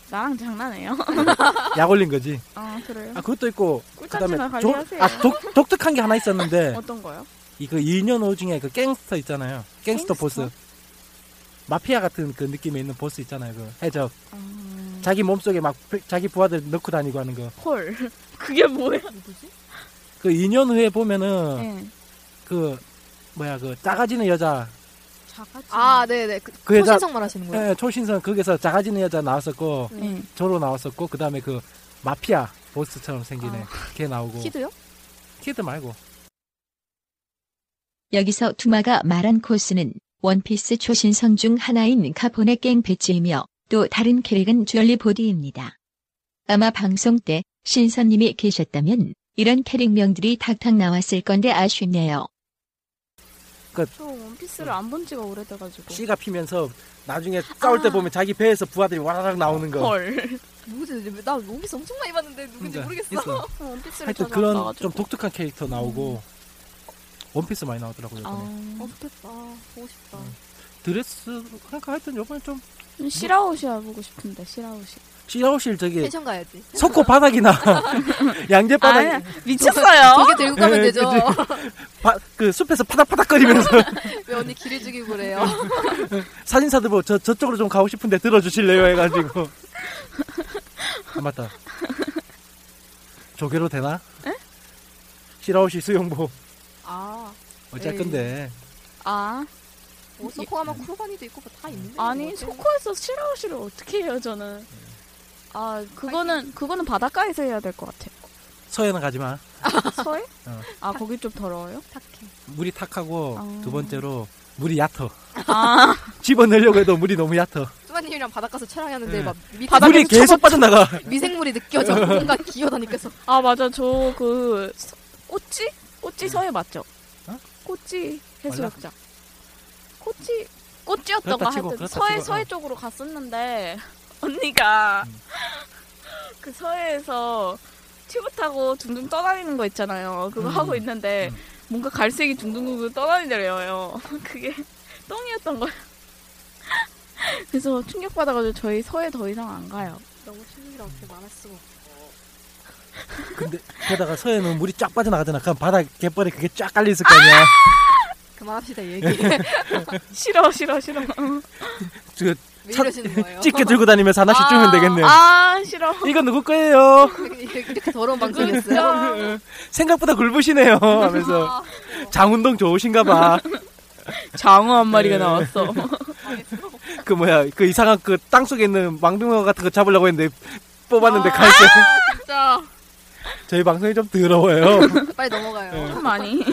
Speaker 3: 나랑 장난해요.
Speaker 2: 약 올린 거지.
Speaker 3: 아 그래요.
Speaker 2: 아 그것도 있고
Speaker 3: 꿀잠지나
Speaker 2: 조-
Speaker 3: 관리하세요.
Speaker 2: 아, 독, 독특한 게 하나 있었는데
Speaker 3: 어떤 거요?
Speaker 2: 이거 2년 후 중에 그 갱스터 있잖아요. 갱스터,
Speaker 3: 갱스터?
Speaker 2: 보스. 마피아 같은 그 느낌에 있는 보스 있잖아요. 그 해적.
Speaker 3: 음,
Speaker 2: 자기 몸속에 막 부- 자기 부하들 넣고 다니고 하는 거.
Speaker 3: 헐. 그게 뭐야?
Speaker 1: 누구지?
Speaker 2: 그 2년 후에 보면은
Speaker 3: 네.
Speaker 2: 그 뭐야 그 작아지는 여자
Speaker 3: 작아지.
Speaker 1: 아, 네네. 그,
Speaker 2: 그 여자-
Speaker 1: 초신성 말하시는 거예요?
Speaker 2: 예, 초신성 거기서 작아지는 여자 나왔었고
Speaker 3: 네.
Speaker 2: 저로 나왔었고 그 다음에 그 마피아 보스처럼 생긴 애, 걔 나오고
Speaker 1: 아. 키도요?
Speaker 2: 키드 말고
Speaker 5: 여기서 투마가 말한 코스는 원피스 초신성 중 하나인 카폰의 깽 배치이며 또 다른 캐릭은 주얼리 보디입니다. 아마 방송 때 신선님이 계셨다면 이런 캐릭명들이 탁탁 나왔을 건데 아쉽네요.
Speaker 3: 저
Speaker 2: 어.
Speaker 3: 원피스를 안 본 지가 오래돼가지고.
Speaker 2: 씨가 피면서 나중에
Speaker 1: 아.
Speaker 2: 싸울 때 보면 자기 배에서 부하들이 와라락 나오는 거
Speaker 3: 헐.
Speaker 1: 누구지? 나 원피스 엄청 많이 봤는데 누군지
Speaker 2: 그러니까
Speaker 1: 모르겠어.
Speaker 2: 있어요.
Speaker 3: 원피스를
Speaker 2: 하여튼
Speaker 3: 자주
Speaker 2: 그런
Speaker 3: 안 봐가지고.
Speaker 2: 좀 독특한 캐릭터 나오고
Speaker 1: 음.
Speaker 2: 원피스 많이 나오더라고요
Speaker 3: 아,
Speaker 2: 이번에 음.
Speaker 1: 어, 좋겠다. 보고 싶다.
Speaker 2: 드레스 그러니까 하여튼 이번에 좀
Speaker 3: 시라우시아 보고 음, 싶은데 시라우시.
Speaker 2: 씨라우실 저기
Speaker 1: 펜션 가야지.
Speaker 2: 석고 바닥이나 양재
Speaker 3: 아니야
Speaker 2: 바닥
Speaker 3: 미쳤어요. 네,
Speaker 1: 되게 들고 가면
Speaker 2: 예,
Speaker 1: 되죠.
Speaker 2: 바- 그 숲에서 파닥파닥거리면서
Speaker 1: 왜 언니 길을 죽이고 그래요?
Speaker 2: 사진사들 보고 저, 저쪽으로 좀 가고 싶은데 들어주실래요 해가지고 아 맞다 조개로 되나? 시라우시 수영복
Speaker 1: 아,
Speaker 2: 어쩔
Speaker 1: 에이.
Speaker 2: 건데
Speaker 3: 아
Speaker 1: 뭐, 소코하면 쿠로바니도 있고 뭐다 있는데.
Speaker 3: 아니 소코에서 시라우시를 어떻게 해요 저는.
Speaker 2: 네.
Speaker 3: 아 그거는 그거는 바닷가에서 해야 될 것 같아.
Speaker 2: 서해는 가지마
Speaker 3: 서해?
Speaker 2: 어.
Speaker 3: 아 거기 좀 더러워요?
Speaker 1: 탁해.
Speaker 2: 물이 탁하고
Speaker 3: 아.
Speaker 2: 두 번째로 물이 얕어
Speaker 3: 아
Speaker 2: 집어넣으려고 해도 물이 너무 얕어
Speaker 1: 수마님이랑 바닷 가서 촬영하는데
Speaker 2: 예.
Speaker 1: 막 미,
Speaker 2: 물이 계속 빠져나가
Speaker 1: 미생물이 느껴져. 뭔가 기어다니면서
Speaker 3: 아 맞아 저 그 꼬치 꼬치 서해 맞죠?
Speaker 2: 어?
Speaker 3: 꼬치 해수욕장. 꼬치 꼬치였던
Speaker 2: 그렇다
Speaker 3: 거
Speaker 2: 치고,
Speaker 3: 하여튼
Speaker 2: 그렇다
Speaker 3: 서해
Speaker 2: 치고,
Speaker 3: 서해
Speaker 2: 어.
Speaker 3: 쪽으로 갔었는데 언니가 그 서해에서 튜브 타고 둥둥 떠다니는 거 있잖아요. 그거
Speaker 4: 음.
Speaker 3: 하고 있는데 뭔가 갈색이 둥둥둥둥 떠다니더래요. 그게 똥이었던 거예요. 그래서 충격받아가지고 저희 서해 더 이상 안 가요.
Speaker 1: 너무 충격이 어떻게 말할 수가
Speaker 2: 근데 게다가 서해는 물이 쫙 빠져나가잖아. 그럼 바다 갯벌에 그게 쫙 깔려 있을 거 아니야.
Speaker 1: 그만합시다 이 얘기.
Speaker 3: 싫어 싫어 싫어.
Speaker 2: 그
Speaker 1: 왜 이러시는 거예요?
Speaker 2: 집게 들고 다니면서 하나씩 주면 되겠네요.
Speaker 3: 아 싫어.
Speaker 2: 이건 누구 거예요?
Speaker 1: 이렇게 더러운 방송이었어요.
Speaker 2: 생각보다 굵으시네요. 하면서 장운동 좋으신가 봐.
Speaker 3: 장어 한 마리가
Speaker 2: 네.
Speaker 3: 나왔어.
Speaker 2: 그 뭐야 그 이상한 그 땅속에 있는 망둥어 같은 거 잡으려고 했는데 뽑았는데 갈색.
Speaker 3: 아, 진짜.
Speaker 2: 저희 방송이 좀 더러워요.
Speaker 1: 빨리 넘어가요.
Speaker 2: 네.
Speaker 3: 많이.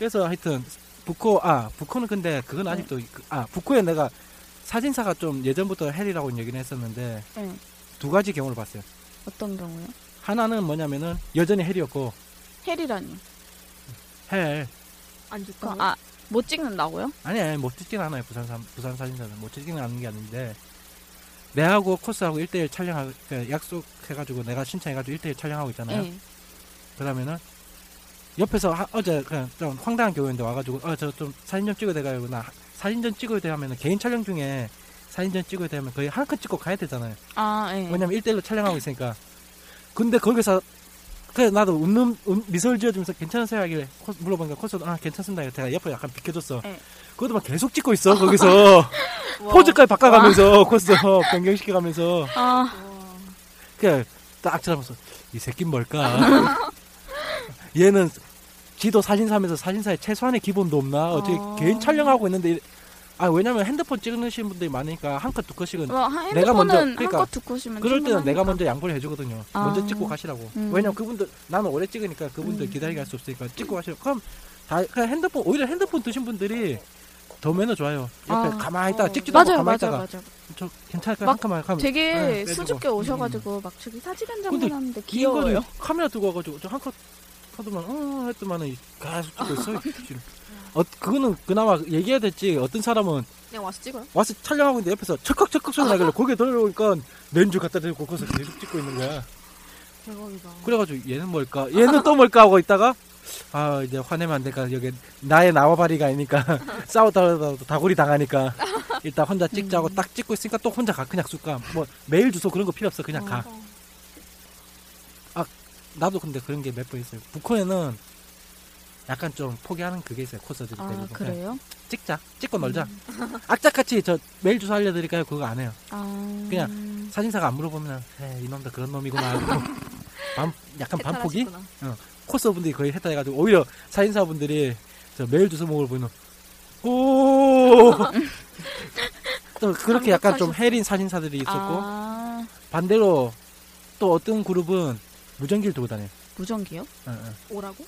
Speaker 2: 그래서 하여튼 북코 아 북코는 근데 그건 아직도
Speaker 3: 네.
Speaker 2: 그- 아 북코에 내가 사진사가 좀 예전부터 헬이라고 얘기를 했었는데
Speaker 3: 응.
Speaker 2: 두 가지 경우를 봤어요.
Speaker 3: 어떤 경우요?
Speaker 2: 하나는 뭐냐면은 여전히 헬이었고
Speaker 3: 헬이라니.
Speaker 2: 헬
Speaker 1: 안
Speaker 3: 좋다. 아, 못 찍는다고요?
Speaker 2: 아니 아니 못 찍진 않아요 부산 사, 부산 사진사는 못 찍진 않는 게 아닌데 내하고 코스하고 1대1 촬영하고 그 약속해가지고 내가 신청해가지고 1대1 촬영하고 있잖아요.
Speaker 3: 예.
Speaker 2: 그러면은 옆에서 하- 어제 그냥 좀 황당한 경우인데 와가지고 어 저 좀 사진 좀 찍어야 돼가지고 나 사진 좀 찍어야 돼 하면은 개인 촬영 중에 사진 좀 찍어야 되면 거의 한 컷 찍고 가야 되잖아요.
Speaker 3: 아, 예.
Speaker 2: 왜냐면 1대1로 촬영하고 있으니까. 근데 거기서 그래 나도 웃는 웃- 미소를 지어주면서 괜찮으세요 하길래 코- 물어보니까 코스도 아 괜찮습니다. 이렇게 제가 옆으로 약간 비켜줬어.
Speaker 3: 네.
Speaker 2: 그것도만 계속 찍고 있어 거기서
Speaker 3: 뭐,
Speaker 2: 포즈까지 바꿔가면서 코스 변경시켜가면서
Speaker 3: 아,
Speaker 2: 그냥 딱 쳐다보면서 이 새끼 뭘까? 얘는 지도 사진사면서 사진사에 최소한의 기본도 없나? 어제
Speaker 3: 아.
Speaker 2: 개인 촬영하고 있는데 이- 아 왜냐면 핸드폰 찍으시는 분들이 많으니까 한 컷 두 컷씩은
Speaker 3: 뭐, 한-
Speaker 2: 내가 먼저
Speaker 3: 핸드폰은 한
Speaker 2: 그러니까
Speaker 3: 컷, 두 컷이면
Speaker 2: 그럴 때는
Speaker 3: 충분하니까.
Speaker 2: 내가 먼저 양보를 해주거든요.
Speaker 3: 아.
Speaker 2: 먼저 찍고 가시라고.
Speaker 3: 음.
Speaker 2: 왜냐면 그분들 나는 오래 찍으니까 그분들
Speaker 3: 음.
Speaker 2: 기다리게 할 수 없으니까 찍고 가시라고. 그럼 다 그냥 핸드폰 오히려 핸드폰 드신 분들이 더 매너 좋아요. 옆에
Speaker 3: 아.
Speaker 2: 가만히 있다가 찍지도 않고
Speaker 3: 맞아요,
Speaker 2: 가만히
Speaker 3: 맞아요,
Speaker 2: 있다가
Speaker 3: 맞아요.
Speaker 2: 저 괜찮을까요?
Speaker 3: 막
Speaker 2: 한칸만 가면
Speaker 3: 되게
Speaker 2: 예, 빼주고.
Speaker 3: 수줍게 오셔가지고 막 저기 사진 한 장만
Speaker 2: 근데
Speaker 3: 하는데
Speaker 2: 긴 거는 네,
Speaker 3: 귀여워요.
Speaker 2: 카메라 들고 와가지고 저 한컷 하더만 어 했더만은 계속 찍고 있어. 이 새끼를. 어 그거는 그나마 얘기해야 됐지. 어떤 사람은
Speaker 1: 그냥 와서 찍어요.
Speaker 2: 와서 촬영하고 있는데 옆에서 철컥철컥 소리 나길래 고개 돌려보니까 렌즈 갖다 대고 거기서 계속 찍고 있는 거야.
Speaker 1: 대박이다.
Speaker 2: 그래가지고 얘는 뭘까? 얘는 또 뭘까 하고 있다가 아 이제 화내면 안 될까 여기 나의 나와바리가 아니니까 싸우다가 다구리 당하니까 일단 혼자 찍자고 딱 찍고 있으니까 또 혼자 가 그냥 쑥가 뭐 메일 주소 그런 거 필요 없어 그냥 가 아 나도 근데 그런 게 몇 번 있어요. 북코에는 약간 좀 포기하는 그게 있어요. 코스들이
Speaker 3: 아,
Speaker 2: 대부분.
Speaker 3: 그래요? 음.
Speaker 2: 찍자. 찍고 놀자. 악착같이 저 메일 주소 알려드릴까요? 그거 안 해요.
Speaker 3: 아,
Speaker 2: 그냥 사진사가 안 물어보면 에 이놈도 그런 놈이구나 하고 반, 약간 반포기? 어, 코스분들이 거의 했다 해가지고 오히려 사진사분들이 저 메일 주소 목을 보면 오! 또 그렇게 약간 좀 해린 사진사들이 있었고
Speaker 3: 아,
Speaker 2: 반대로 또 어떤 그룹은 무전기를 들고 다녀요.
Speaker 3: 무전기요?
Speaker 2: 어, 어.
Speaker 1: 오라고?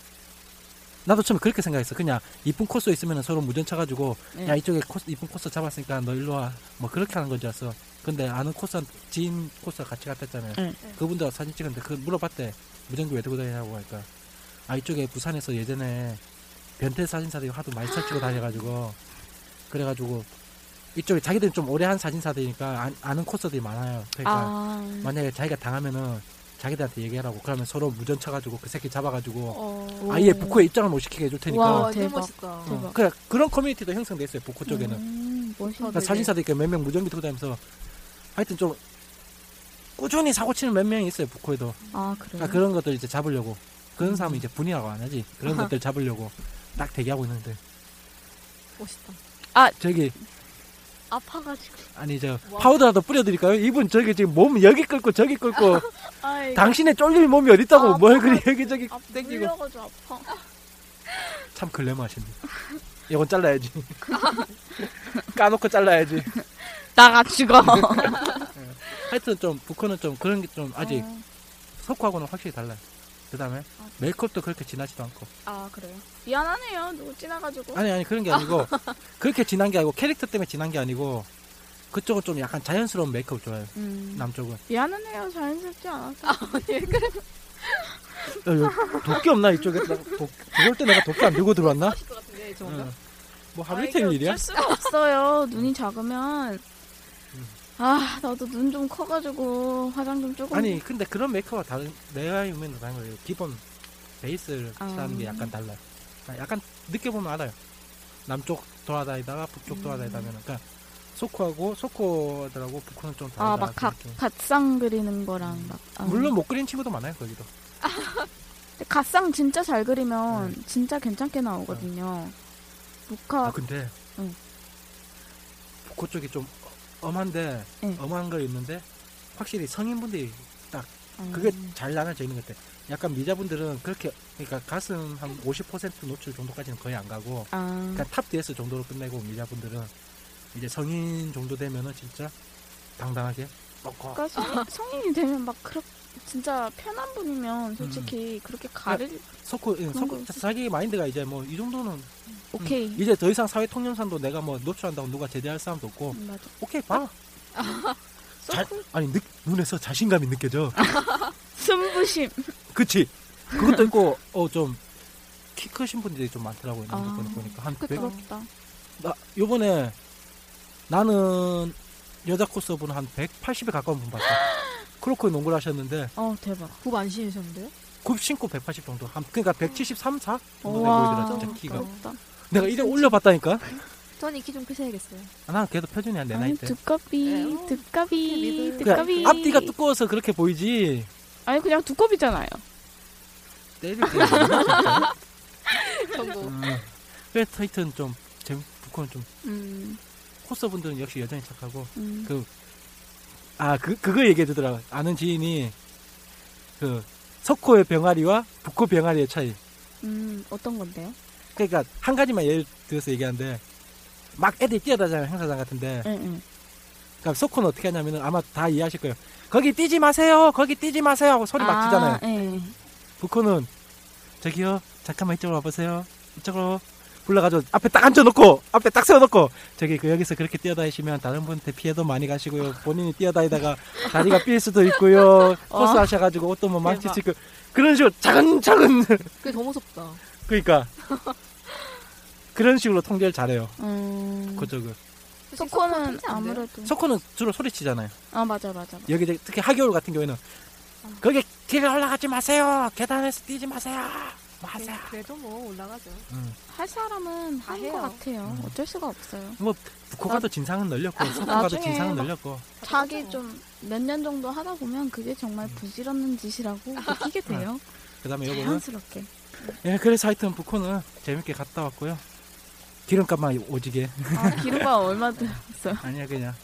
Speaker 2: 나도 처음에 그렇게 생각했어. 그냥 이쁜 코스 있으면 서로 무전 쳐가지고
Speaker 3: 네.
Speaker 2: 야 이쪽에 코스 이쁜 코스 잡았으니까 너 일로 와. 뭐 그렇게 하는 건줄 알았어. 근데 아는 코스 지인 코스 같이 갔댔잖아요.
Speaker 3: 네.
Speaker 2: 그분들 사진 찍었는데 그 물어봤대. 무전기 왜 들고 다니냐고 하니까 아 이쪽에 부산에서 예전에 변태 사진사들이 하도 많이 쳐치고 다녀가지고 그래가지고 이쪽에 자기들이 좀 오래 한 사진사들이니까 아, 아는 코스들이 많아요. 그러니까
Speaker 3: 아,
Speaker 2: 만약에 자기가 당하면은 자기들한테 얘기하라고 그러면 서로 무전 쳐가지고 그 새끼 잡아가지고
Speaker 1: 어.
Speaker 2: 아예 북코에 입장을 못 시키게 해줄 테니까 어.
Speaker 1: 와,
Speaker 3: 대박.
Speaker 1: 대박. 아, 멋있다.
Speaker 3: 대박.
Speaker 2: 그래 그런 커뮤니티도 형성돼 있어요 북코 쪽에는
Speaker 3: 음, 멋있다.
Speaker 2: 그러니까 사진사들 이렇게 몇명 무전기 들고 다니면서 하여튼 좀 꾸준히 사고 치는 몇 명이 있어요 북코에도
Speaker 3: 아, 그래요?
Speaker 1: 네.
Speaker 2: 그러니까 그런 것들 이제 잡으려고
Speaker 1: 음.
Speaker 2: 그런 사람은 이제 분이라고 안 하지 그런
Speaker 3: 아하.
Speaker 2: 것들 잡으려고 딱 대기하고 있는데
Speaker 1: 멋있다.
Speaker 3: 아,
Speaker 2: 저기
Speaker 1: 아파가지고.
Speaker 2: 아니 저 파우더라도 뿌려드릴까요? 이분 저기 지금 몸 여기 끓고 저기 끓고
Speaker 3: 아이,
Speaker 2: 당신의 쫄릴 몸이 어디 있다고
Speaker 3: 아,
Speaker 2: 뭘 그리 여기저기 땡기고
Speaker 3: 물려가지고 아파.
Speaker 2: 참 글래머 하시네 이건 잘라야지 까놓고 잘라야지
Speaker 3: 나가 죽어.
Speaker 2: 하여튼 좀 북한은 좀 그런 게 좀 아직
Speaker 3: 어.
Speaker 2: 석호하고는 확실히 달라요 그 다음에 메이크업도 그렇게 진하지도 않고
Speaker 3: 아, 그래요? 미안하네요. 누구 지나가지고.
Speaker 2: 아니 아니 그런 게 아니고 그렇게 진한 게 아니고 캐릭터 때문에 진한 게 아니고 그쪽은 좀 약간 자연스러운 메이크업 좋아해요
Speaker 3: 음.
Speaker 2: 남쪽은
Speaker 3: 미안하네요. 자연스럽지 않아서. 아,
Speaker 2: 야, 이거 어, 도끼 없나 이쪽에 나 도, 들어올 때 내가 도끼 안 들고
Speaker 3: 아,
Speaker 2: 들어왔나?
Speaker 1: 같은데
Speaker 2: 응. 뭐 하루 이틀 일이야?
Speaker 3: 수가 없어요. 눈이 작으면. 아 나도 눈 좀 커가지고 화장 좀 조금
Speaker 2: 아니 근데 그런 메이크업과 다른 내가 보면 다른 거예요. 기본 베이스를
Speaker 3: 아.
Speaker 2: 칠하는 게 약간 달라요. 아, 약간 늦게 보면 알아요. 남쪽 돌아다니다가 북쪽 돌아다니다 보면 그러니까 소코하고 소코들하고 북코는 좀 다르다.
Speaker 3: 아막
Speaker 2: 그 느낌.
Speaker 3: 갓상 그리는 거랑 막 아.
Speaker 2: 물론 못 그린 친구도 많아요 거기도.
Speaker 3: 근데 갓상 진짜 잘 그리면 진짜 괜찮게 나오거든요
Speaker 2: 아,
Speaker 3: 무카
Speaker 2: 근데
Speaker 3: 응.
Speaker 2: 북코 쪽이 좀 엄한데
Speaker 3: 예.
Speaker 2: 엄한 거 있는데 확실히 성인분들이 딱
Speaker 3: 음.
Speaker 2: 그게 잘 나눠져 있는 것 같아. 약간 미자분들은 그렇게 그러니까 가슴 한 50% 노출 정도까지는 거의 안 가고
Speaker 3: 아.
Speaker 2: 그러니까 탑 DS 정도로 끝내고 미자분들은 이제 성인 정도 되면은 진짜 당당하게 먹고
Speaker 3: 그러니까 성인, 성인이 되면 막 그렇 진짜 편한 분이면 솔직히 그렇게 가릴
Speaker 2: 석고 예,
Speaker 3: 그런
Speaker 2: 석고
Speaker 3: 거
Speaker 2: 자기 마인드가 이제 뭐 이 정도는
Speaker 3: 오케이.
Speaker 2: 음, 이제 더 이상 사회 통념산도 내가 뭐 노출한다고 누가 제재할 사람도 없고
Speaker 3: 맞아.
Speaker 2: 오케이 봐. 잘, 아니 느, 눈에서 자신감이 느껴져.
Speaker 3: 승부심
Speaker 2: 그치. 그것도 있고 어좀 키 크신 분들이 좀 많더라고요.
Speaker 3: 아,
Speaker 2: 남들 아, 보니까 한100
Speaker 3: 부럽다
Speaker 2: 나 요번에 나는 여자 코스분 한 180에 가까운 분 봤어. 크로커에 농구를 하셨는데
Speaker 3: 어 대박
Speaker 1: 굽 안 신으셨는데요?
Speaker 2: 굽 신고 180 정도. 한 그러니까 173, 4 정도
Speaker 1: 우와,
Speaker 2: 어, 네, 보이더라 진짜 키가.
Speaker 1: 부럽다.
Speaker 2: 내가 이제 올려봤다니까.
Speaker 1: 전 이 키 좀 크셔야겠어요.
Speaker 2: 아, 난 걔도 표준이 한내 나이 때.
Speaker 3: 두꺼비 두꺼비
Speaker 2: 그러니까
Speaker 3: 두꺼비
Speaker 2: 앞뒤가 두꺼워서 그렇게 보이지.
Speaker 3: 아니 그냥 두꺼비잖아요
Speaker 2: 때릴 때. 진짜.
Speaker 1: 전부
Speaker 2: 음. 그래서 하여튼 좀 재밌. 북한은 좀
Speaker 3: 음.
Speaker 2: 코스분들은 역시 여전히 착하고
Speaker 3: 음.
Speaker 2: 그 아, 그, 그거 얘기해 주더라. 아는 지인이, 그, 석호의 병아리와 북호 병아리의 차이.
Speaker 3: 음 어떤 건데요?
Speaker 2: 그러니까, 한 가지만 예를 들어서 얘기하는데, 막 애들이 뛰어다니잖아요, 행사장 같은데.
Speaker 3: 응응.
Speaker 2: 그러니까 석호는 어떻게 하냐면은 아마 다 이해하실 거예요. 거기 뛰지 마세요! 거기 뛰지 마세요! 하고 소리 막 치잖아요.
Speaker 3: 예.
Speaker 2: 북호는, 저기요, 잠깐만 이쪽으로 와보세요. 이쪽으로. 불러가지고 앞에 딱 앉아놓고 앞에 딱 세워놓고 저기 그 여기서 그렇게 뛰어다니시면 다른 분한테 피해도 많이 가시고요 본인이 뛰어다니다가 다리가 삘 수도 있고요 코스
Speaker 1: 와.
Speaker 2: 하셔가지고 옷도 뭐
Speaker 1: 어. 대박.
Speaker 2: 망치시고 그런 식으로 차근차근
Speaker 1: 그게 더 무섭다.
Speaker 2: 그러니까 그런 식으로 통제를 잘해요
Speaker 3: 음.
Speaker 2: 그쪽은
Speaker 3: 소코는 아무래도
Speaker 2: 석호는 주로 소리치잖아요
Speaker 3: 아 맞아 맞아 맞아.
Speaker 2: 여기 이제 특히 하겨울 같은 경우에는 거기 길 올라가지 마세요 계단에서 뛰지 마세요
Speaker 1: 네.
Speaker 2: 맞아.
Speaker 1: 그래도 뭐 올라가죠.
Speaker 2: 음.
Speaker 3: 할 사람은
Speaker 1: 다
Speaker 3: 한
Speaker 1: 해요.
Speaker 3: 것 같아요 어쩔 수가 없어요
Speaker 2: 뭐 북호가도 진상은 늘렸고 석호가도
Speaker 3: 아, 나중에
Speaker 2: 진상은
Speaker 3: 막
Speaker 2: 늘렸고
Speaker 3: 자기 좀 몇 년 정도 하다 보면 그게 정말
Speaker 2: 음.
Speaker 3: 부질없는 짓이라고 느끼게
Speaker 2: 아.
Speaker 3: 돼요
Speaker 2: 그다음에 요거는
Speaker 3: 자연스럽게
Speaker 2: 예, 그래서 하여튼 북코는 재밌게 갔다 왔고요. 기름값만 오지게.
Speaker 3: 아, 기름값 얼마 들었어요?
Speaker 2: 아니야 그냥.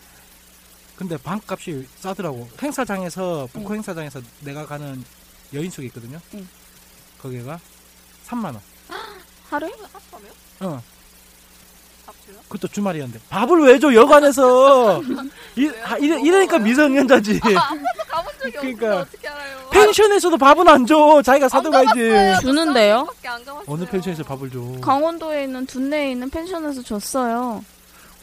Speaker 2: 근데 방값이 싸더라고. 행사장에서 북코 행사장에서 내가 가는 여인숙이 있거든요.
Speaker 3: 응.
Speaker 2: 거기가 3만 원.
Speaker 3: 하루에?
Speaker 2: 어.
Speaker 3: 아,
Speaker 2: 그것도 주말이었는데 밥을 왜 줘 여관에서 이, 아, 이래, 이러니까 미성년자지
Speaker 3: 아, 뭐.
Speaker 1: 가본 적이
Speaker 2: 그러니까.
Speaker 1: 없는데 어떻게 알아요?
Speaker 2: 펜션에서도 밥은 안 줘 자기가 사들고 가야지
Speaker 3: 주는데요?
Speaker 2: 어느 펜션에서 밥을 줘
Speaker 3: 강원도에 있는 둔내에 있는 펜션에서 줬어요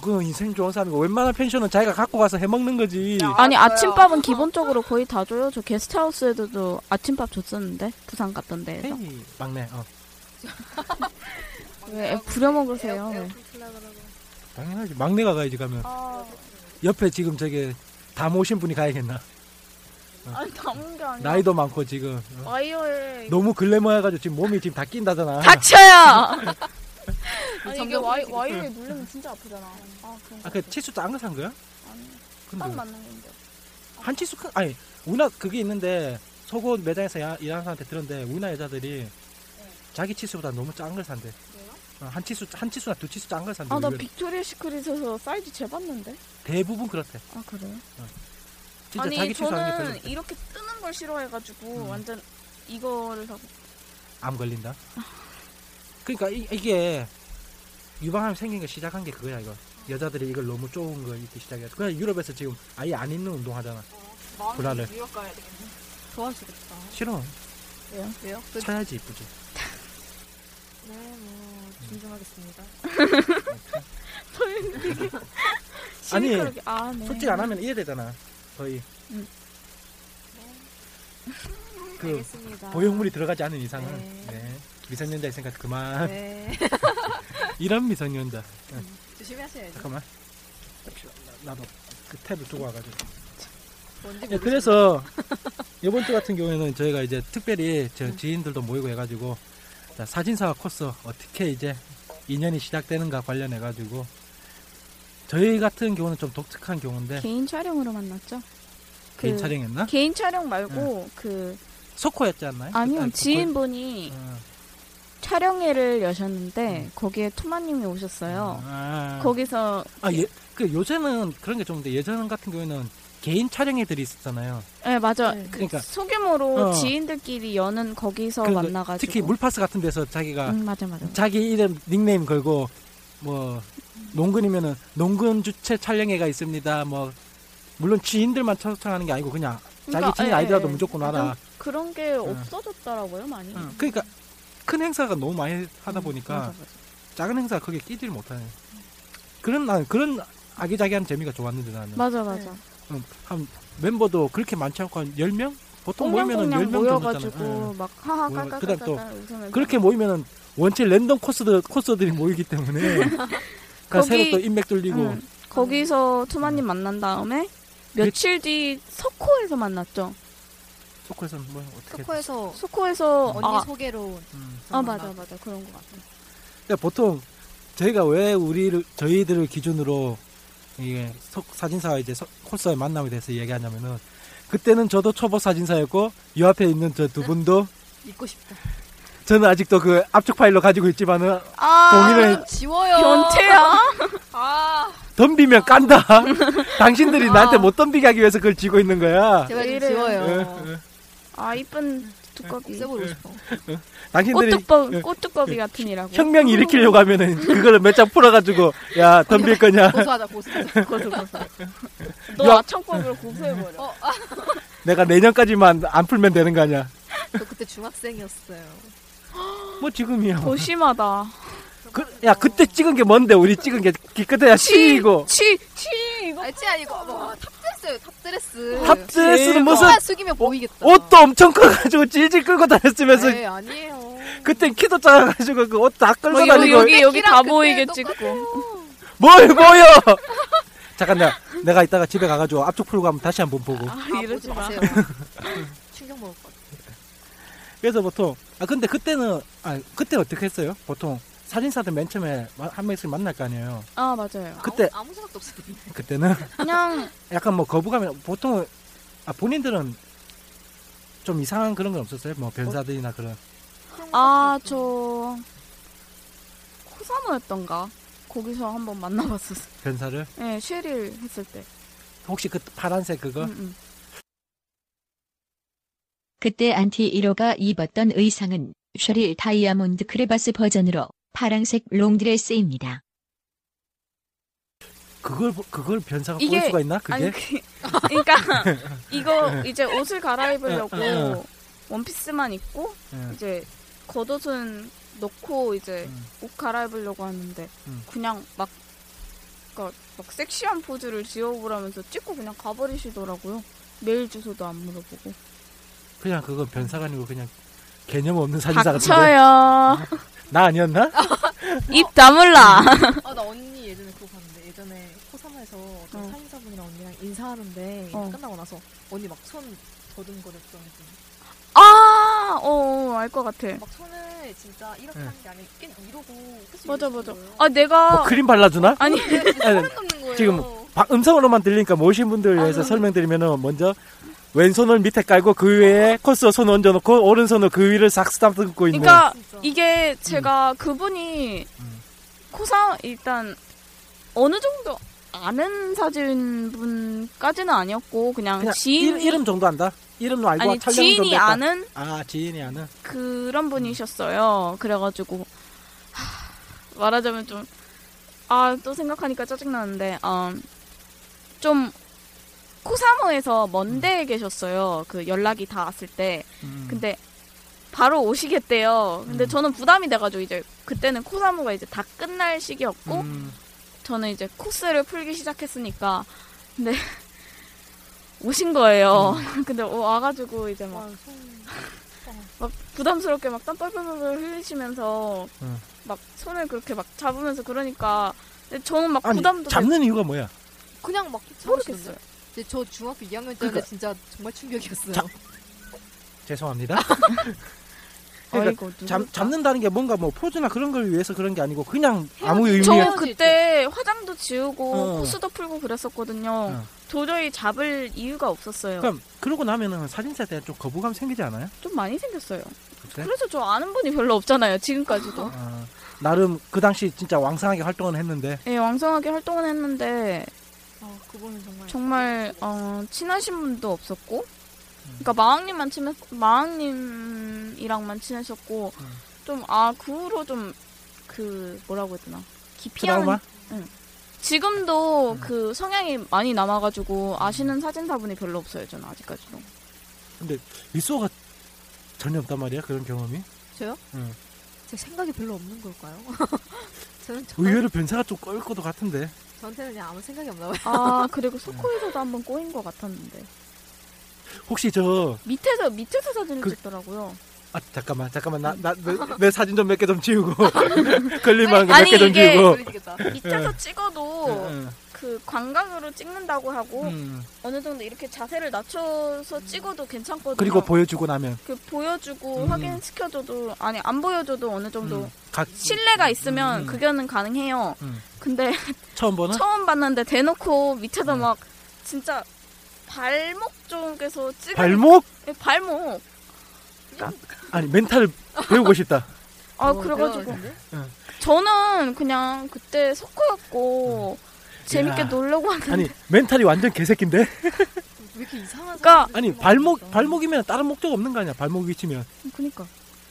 Speaker 2: 그 인생 좋은 사람이고 웬만한 펜션은 자기가 갖고 가서 해먹는 거지
Speaker 3: 아니 아침밥은 기본적으로 거의 다 줘요 저 게스트하우스에도 아침밥 줬었는데 부산 갔던 데에서
Speaker 2: 에이, 막내 어
Speaker 3: 왜 부려먹으세요 왜.
Speaker 2: 당연하지 막내가 가야지 가면
Speaker 3: 아,
Speaker 2: 옆에 지금 저게 다 모신 분이 가야겠나
Speaker 3: 아니 담은 게 아니라
Speaker 2: 나이도 많고 지금 어?
Speaker 3: 와이어에
Speaker 2: 너무 글래머 해가지고 지금 몸이 지금 다 낀다잖아
Speaker 3: 닥쳐요! 아니 이게
Speaker 1: 정경
Speaker 3: 와이,
Speaker 1: 선생님.
Speaker 3: 와이어에 눌리면 진짜 아프잖아 아 그런 거
Speaker 2: 아그 그 치수도 안 가서 한 거야? 근데
Speaker 3: 딱 맞는 건데
Speaker 2: 한 치수 큰 아니 우리나 그게 있는데 속옷 매장에서 야- 일하는 사람한테 들었는데 우리나 여자들이
Speaker 3: 네.
Speaker 2: 자기 치수보다 너무 짠 걸 산대 어, 한 치수 한 치수나 두 치수 짠 걸 산대
Speaker 3: 아나
Speaker 2: 의외로.
Speaker 3: 빅토리아 시크릿에서 사이즈 재봤는데
Speaker 2: 대부분 그렇대
Speaker 3: 아 그래요?
Speaker 2: 진짜 자기 치수 하는 게 음. 별로
Speaker 3: 저는 이렇게 뜨는 걸 싫어해가지고 완전 이거를 하고
Speaker 2: 안 걸린다. 그러니까 이, 게 유방암 생긴 게 시작한 게 그거야 이거. 여자들이 이걸 너무 좋은 걸 입기 시작해서 그냥 유럽에서 지금 아예 안 입는 운동 하잖아.
Speaker 1: 어,
Speaker 2: 브라를
Speaker 1: 유럽 가야 되겠네. 도와주겠다.
Speaker 2: 싫어.
Speaker 1: 왜요? 왜요? 그-
Speaker 2: 사야지 이쁘지.
Speaker 1: 네, 뭐 존중하겠습니다.
Speaker 3: 저희는 되게
Speaker 2: 아니
Speaker 3: 시니컬하게, 아, 네.
Speaker 2: 솔직히 안 하면 이래 되잖아. 거의
Speaker 3: 음.
Speaker 2: 그
Speaker 1: 네. 알겠습니다.
Speaker 2: 보형물이 들어가지 않은 이상은
Speaker 1: 네.
Speaker 2: 네. 미성년자의 생각 그만.
Speaker 1: 네.
Speaker 2: 이런 미성년자. 응.
Speaker 1: 조심히 하셔야죠.
Speaker 2: 잠깐만. 나- 나도
Speaker 9: 그 탭을 두고 와가지고.
Speaker 2: 예, 그래서 이번 주 같은 경우에는 저희가 이제 특별히 저 지인들도 모이고 해가지고 자, 사진사와 코스 어떻게 이제 인연이 시작되는가 관련해가지고 저희 같은 경우는 좀 독특한 경우인데
Speaker 3: 개인 촬영으로 만났죠. 그
Speaker 2: 개인 촬영했나?
Speaker 3: 개인 촬영 말고 그
Speaker 2: 소코였지 않나요?
Speaker 3: 아니요
Speaker 2: 네. 그때 네.
Speaker 3: 지인분이 촬영회를 여셨는데 거기에 토마님이 오셨어요.
Speaker 2: 아.
Speaker 3: 거기서
Speaker 2: 아, 예, 그 요새는 그런 게 좀 있는데 예전 같은 경우에는 개인 촬영회들이 있었잖아요.
Speaker 3: 네 맞아 그
Speaker 2: 그러니까-
Speaker 3: 소규모로
Speaker 2: 어.
Speaker 3: 지인들끼리 여는 거기서
Speaker 2: 그런 거-
Speaker 3: 만나가지고
Speaker 2: 특히 물파스 같은 데서 자기가
Speaker 3: 음, 맞아 맞아
Speaker 2: 자기 이름 닉네임 걸고 뭐 농근이면은 농근 주최 촬영회가 있습니다. 뭐 물론 지인들만 초청하는 게 아니고 그냥
Speaker 3: 그러니까,
Speaker 2: 자기 지인
Speaker 3: 예,
Speaker 2: 아이디라도
Speaker 3: 예.
Speaker 2: 무조건 와라.
Speaker 3: 그냥
Speaker 2: 네.
Speaker 3: 그런 게 없어졌더라고요 많이
Speaker 2: 그러니까 큰 행사가 너무 많이 하다 보니까
Speaker 3: 맞아,
Speaker 2: 작은 행사 가 거기에 끼질 못하네. 그런 난 그런 아기자기한 재미가 좋았는데 나는.
Speaker 3: 맞아 맞아
Speaker 2: 음, 한 member도 그렇게 많지 않고 한 10명? 보통 모이면은
Speaker 3: 꽁냥꽁냥
Speaker 2: 10명
Speaker 3: 모여가지고
Speaker 2: 정도잖아요. 예.
Speaker 3: 막 하하
Speaker 2: 모여-
Speaker 3: 까까
Speaker 2: 그다음 또
Speaker 3: 까까 웃으면서
Speaker 2: 그렇게 모이면은 원체 랜덤 코스들 코스들이 모이기 때문에 그러니까 새로 또 인맥 돌리고
Speaker 3: 음, 거기서 투마님 만난 다음에 며칠 뒤 석호에서 만났죠.
Speaker 2: 소코에서 뭐 어떻게 음.
Speaker 1: 소코에서
Speaker 3: 소코에서
Speaker 1: 언니
Speaker 3: 아.
Speaker 1: 소개로
Speaker 3: 아 맞아 맞아 그런 것 같아.
Speaker 2: 그러니까 보통 저희가 왜 우리를 저희들을 기준으로 이게 석- 사진사와 이제 석- 코스와의 만남에 대해서 얘기하냐면은 그때는 저도 초보 사진사였고 이 앞에 있는 저 두 분도
Speaker 1: 잊고 싶다.
Speaker 2: 저는 아직도 그 압축 파일로 가지고 있지만은 동의를
Speaker 1: 좀 아, 지워요.
Speaker 3: 변태야?
Speaker 1: 아
Speaker 2: 덤비면 깐다. 당신들이 나한테 못 덤비게 하기 위해서 그걸 쥐고 있는
Speaker 1: 아,
Speaker 2: 거야. 예.
Speaker 3: 제발 좀
Speaker 1: 네.
Speaker 3: 지워요. 아 이쁜 두꺼비.
Speaker 2: 네.
Speaker 1: 세보고 싶어.
Speaker 2: 당신들이 네.
Speaker 3: 꽃두꺼비 꽃두꺼비 같은 이라고.
Speaker 2: 혁명 일으키려고 하면은 그거를 몇 장 풀어가지고 야 덤빌 거냐.
Speaker 3: 고소하자 고소. 고소 고소. 너
Speaker 2: 야. 어.
Speaker 3: 아청법으로 고소해버려.
Speaker 2: 내가 내년까지만 안 풀면 되는 거 아니야.
Speaker 1: 저 그때 중학생이었어요.
Speaker 2: 뭐 지금이야.
Speaker 3: 더 심하다.
Speaker 2: 야 그때 찍은 게 뭔데 우리 찍은 게 기껏해야 C이고
Speaker 3: 치, 치
Speaker 1: 이거. 알지 아니고 뭐 탑드레스요 탑드레스.
Speaker 2: 탑드레스는 무슨-
Speaker 1: 손만 숙이면 보이겠다.
Speaker 2: 옷도 엄청 커가지고 질질 끌고 다녔으면서
Speaker 3: 네.
Speaker 1: 에이, 아니에요.
Speaker 2: 그때 키도 작아가지고 그 옷 다 끌고
Speaker 3: 뭐, 여기
Speaker 2: 다니고
Speaker 3: 여기 여기 다 보이게 찍고.
Speaker 2: 뭘 보여 잠깐 내가, 내가 이따가 집에 가가지고 앞쪽 풀고 한번 다시 한번 보고
Speaker 3: 아, 이러지 마.
Speaker 1: 충격 먹을 것 같아.
Speaker 2: 그래서 보통 아 근데 그때는 아 그때 어떻게 했어요? 보통 사진사들 맨 처음에 마- 한 명씩 만날 거 아니에요
Speaker 3: 아 맞아요.
Speaker 2: 그때
Speaker 1: 아무, 아무 생각도 없었는데.
Speaker 2: 그때는
Speaker 3: 그냥
Speaker 2: 약간 뭐 거부감이 보통 아 본인들은 좀 이상한 그런 건 없었어요? 뭐 변사들이나 그런
Speaker 3: 아 저 코사모였던가 거기서 한번 만나봤었어.
Speaker 2: 변사를
Speaker 3: 예, 네, 쉐릴 했을 때. 음,
Speaker 2: 혹시 그 파란색 그거
Speaker 5: 그때 안티 1호가 입었던 의상은 쉐릴 다이아몬드 크레바스 버전으로 파랑색 롱드레스입니다.
Speaker 2: 그걸 보- 그걸 변사가 보일 수가 있나 그게
Speaker 3: 아니, 그, 그러니까 이거 이제 옷을 갈아입으려고
Speaker 2: 예, 예, 예.
Speaker 3: 원피스만 입고
Speaker 2: 예.
Speaker 3: 이제 겉옷은 놓고 이제 옷 갈아입으려고 하는데
Speaker 2: 음.
Speaker 3: 그냥 막 그러니까 막 섹시한 포즈를 지어보라면서 찍고 그냥 가버리시더라고요. 메일 주소도 안 물어보고.
Speaker 2: 그냥 그건 변사가 아니고 그냥 개념 없는 사진사 같은데
Speaker 3: 닥쳐요. 어.
Speaker 2: 나 아니었나?
Speaker 3: 입 다물라.
Speaker 1: 아, 나 언니 예전에 그거 봤는데 예전에 코사무에서 어떤
Speaker 3: 어.
Speaker 1: 사진사분이랑 언니랑 인사하는데
Speaker 3: 어.
Speaker 1: 끝나고 나서 언니 막 손 더듬거렸던 분.
Speaker 3: 아, 어, 알 것 같아.
Speaker 1: 막 손을 진짜 이렇게 하는 게 아니라 꽤 이러고 끝이
Speaker 3: 맞아, 맞아. 아, 내가.
Speaker 2: 뭐 크림 발라주나?
Speaker 3: 아니.
Speaker 2: 지금 바- 음성으로만 들리니까 모신 분들 위해서
Speaker 3: 아.
Speaker 2: 설명드리면은 먼저 왼손을 밑에 깔고 그 위에 코스 손 얹어놓고 오른손으로 그 위를 싹 쓰다듬고 있는
Speaker 3: 그러니까 이게 제가
Speaker 2: 음.
Speaker 3: 그분이 코사 일단 어느 정도 아는 사진분까지는 아니었고 그냥,
Speaker 2: 그냥
Speaker 3: 지인
Speaker 2: 이, 름 정도 안다? 이름도 알고
Speaker 3: 아니,
Speaker 2: 촬영
Speaker 3: 지인이
Speaker 2: 정도 했다.
Speaker 3: 아는?
Speaker 2: 아 지인이 아는
Speaker 3: 그런 분이셨어요. 그래가지고 하, 말하자면 좀 아 또 생각하니까 짜증 나는데 음, 좀 코사모에서
Speaker 2: 음.
Speaker 3: 먼데 계셨어요. 그 연락이 다 왔을 때 근데 바로 오시겠대요.
Speaker 2: 음.
Speaker 3: 근데 저는 부담이 돼가지고 이제 그때는 코사모가 이제 다 끝날 시기였고
Speaker 2: 음.
Speaker 3: 저는 이제 코스를 풀기 시작했으니까 근데 오신 거예요.
Speaker 2: 음.
Speaker 3: 근데 오- 와가지고 이제 막, 막 부담스럽게 막 땀 뻘뻘뻘 흘리시면서
Speaker 2: 음.
Speaker 3: 막 손을 그렇게 막 잡으면서 그러니까 근데 저는 막
Speaker 2: 아니
Speaker 3: 부담도
Speaker 2: 잡는 이유가 뭐야?
Speaker 3: 되고
Speaker 1: 그냥 막 모르겠어요. 근데 저 중학교 2학년 때는
Speaker 2: 그러니까-
Speaker 1: 진짜 정말 충격이었어요.
Speaker 2: 자- 죄송합니다.
Speaker 3: 아이고,
Speaker 2: 그러니까 잡, 잡는다는 게 뭔가 뭐 포즈나 그런 걸 위해서 그런 게 아니고 그냥 아무 의미
Speaker 3: 저 그때 화장도 지우고
Speaker 2: 어.
Speaker 3: 코스도 풀고 그랬었거든요. 도저히 잡을 이유가 없었어요.
Speaker 2: 그럼 그러고 나면은 사진사에 대한 좀 거부감 생기지 않아요?
Speaker 3: 좀 많이 생겼어요.
Speaker 2: 그래?
Speaker 3: 그래서 저 아는 분이 별로 없잖아요. 지금까지도.
Speaker 2: 아, 나름 그 당시 진짜 왕성하게 활동을 했는데
Speaker 3: 예, 왕성하게 활동은 했는데
Speaker 1: 어, 그분은 정말
Speaker 3: 정말 어, 친하신 분도 없었고, 그러니까 마왕님만 친했, 마왕님이랑만 친해졌고, 좀 아 그 후로 좀 그 뭐라고 해야 되나 기피하는.
Speaker 2: 트라우마? 음.
Speaker 3: 응. 지금도 그 성향이 많이 남아가지고 아시는 사진사분이 별로 없어요. 저는 아직까지도.
Speaker 2: 근데 미소가 전혀 없단 말이야 그런 경험이
Speaker 1: 저요?
Speaker 2: 응.
Speaker 1: 제 생각이 별로 없는 걸까요? 저는 저,
Speaker 2: 의외로 변사가 좀 꼬일 것도 같은데
Speaker 1: 저한테는 그냥 아무 생각이 없나 봐요.
Speaker 3: 아 그리고 소코에서도 한번 꼬인 것 같았는데
Speaker 2: 혹시 저
Speaker 3: 밑에서 밑에서 사진을
Speaker 2: 그-
Speaker 3: 찍더라고요.
Speaker 2: 아, 잠깐만 잠깐만 나 나 내 사진 좀 몇 개 좀 지우고 걸릴만한 거몇
Speaker 3: 아니,
Speaker 2: 개 좀
Speaker 3: 이게
Speaker 2: 지우고
Speaker 3: 밑에서 찍어도
Speaker 2: 응, 응.
Speaker 3: 그 광각으로 찍는다고 하고
Speaker 2: 음.
Speaker 3: 어느 정도 이렇게 자세를 낮춰서 찍어도 괜찮거든요.
Speaker 2: 그리고 보여주고 나면
Speaker 3: 그 보여주고
Speaker 2: 음.
Speaker 3: 확인시켜줘도 아니 안 보여줘도 어느 정도
Speaker 2: 각
Speaker 3: 신뢰가 있으면
Speaker 2: 음.
Speaker 3: 그거는 가능해요.
Speaker 2: 음. 어?
Speaker 3: 근데
Speaker 2: 처음 보는
Speaker 3: 처음 봤는데 대놓고
Speaker 2: 음.
Speaker 3: 밑에다 막 진짜 발목 쪽에서 찍은
Speaker 2: 발목
Speaker 3: 네, 발목
Speaker 2: 아니 멘탈을 배우고 싶다
Speaker 3: 아
Speaker 1: 어,
Speaker 3: 그래가지고
Speaker 1: 배워야
Speaker 2: 응.
Speaker 3: 저는 그냥 그때 석호였고 재밌게
Speaker 2: 음. 야.
Speaker 3: 놀려고 하는데
Speaker 2: 아니 멘탈이 완전 개새끼인데
Speaker 1: 왜 이렇게 이상한
Speaker 3: 그러니까
Speaker 2: 아니 발목 발목이면 다른 목적 없는 거 아니야 발목 위치면
Speaker 3: 그니까.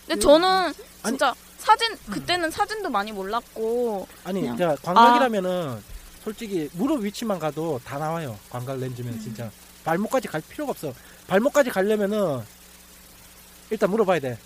Speaker 3: 근데
Speaker 2: 왜
Speaker 3: 저는 진짜 사진
Speaker 2: 음.
Speaker 3: 그때는 사진도 많이 몰랐고
Speaker 2: 아니
Speaker 3: 그냥- 아.
Speaker 2: 그 광각이라면은 솔직히 무릎 위치만 가도 다 나와요 광각 렌즈면 진짜 발목까지 갈 필요가 없어 발목까지 가려면은 일단 물어봐야 돼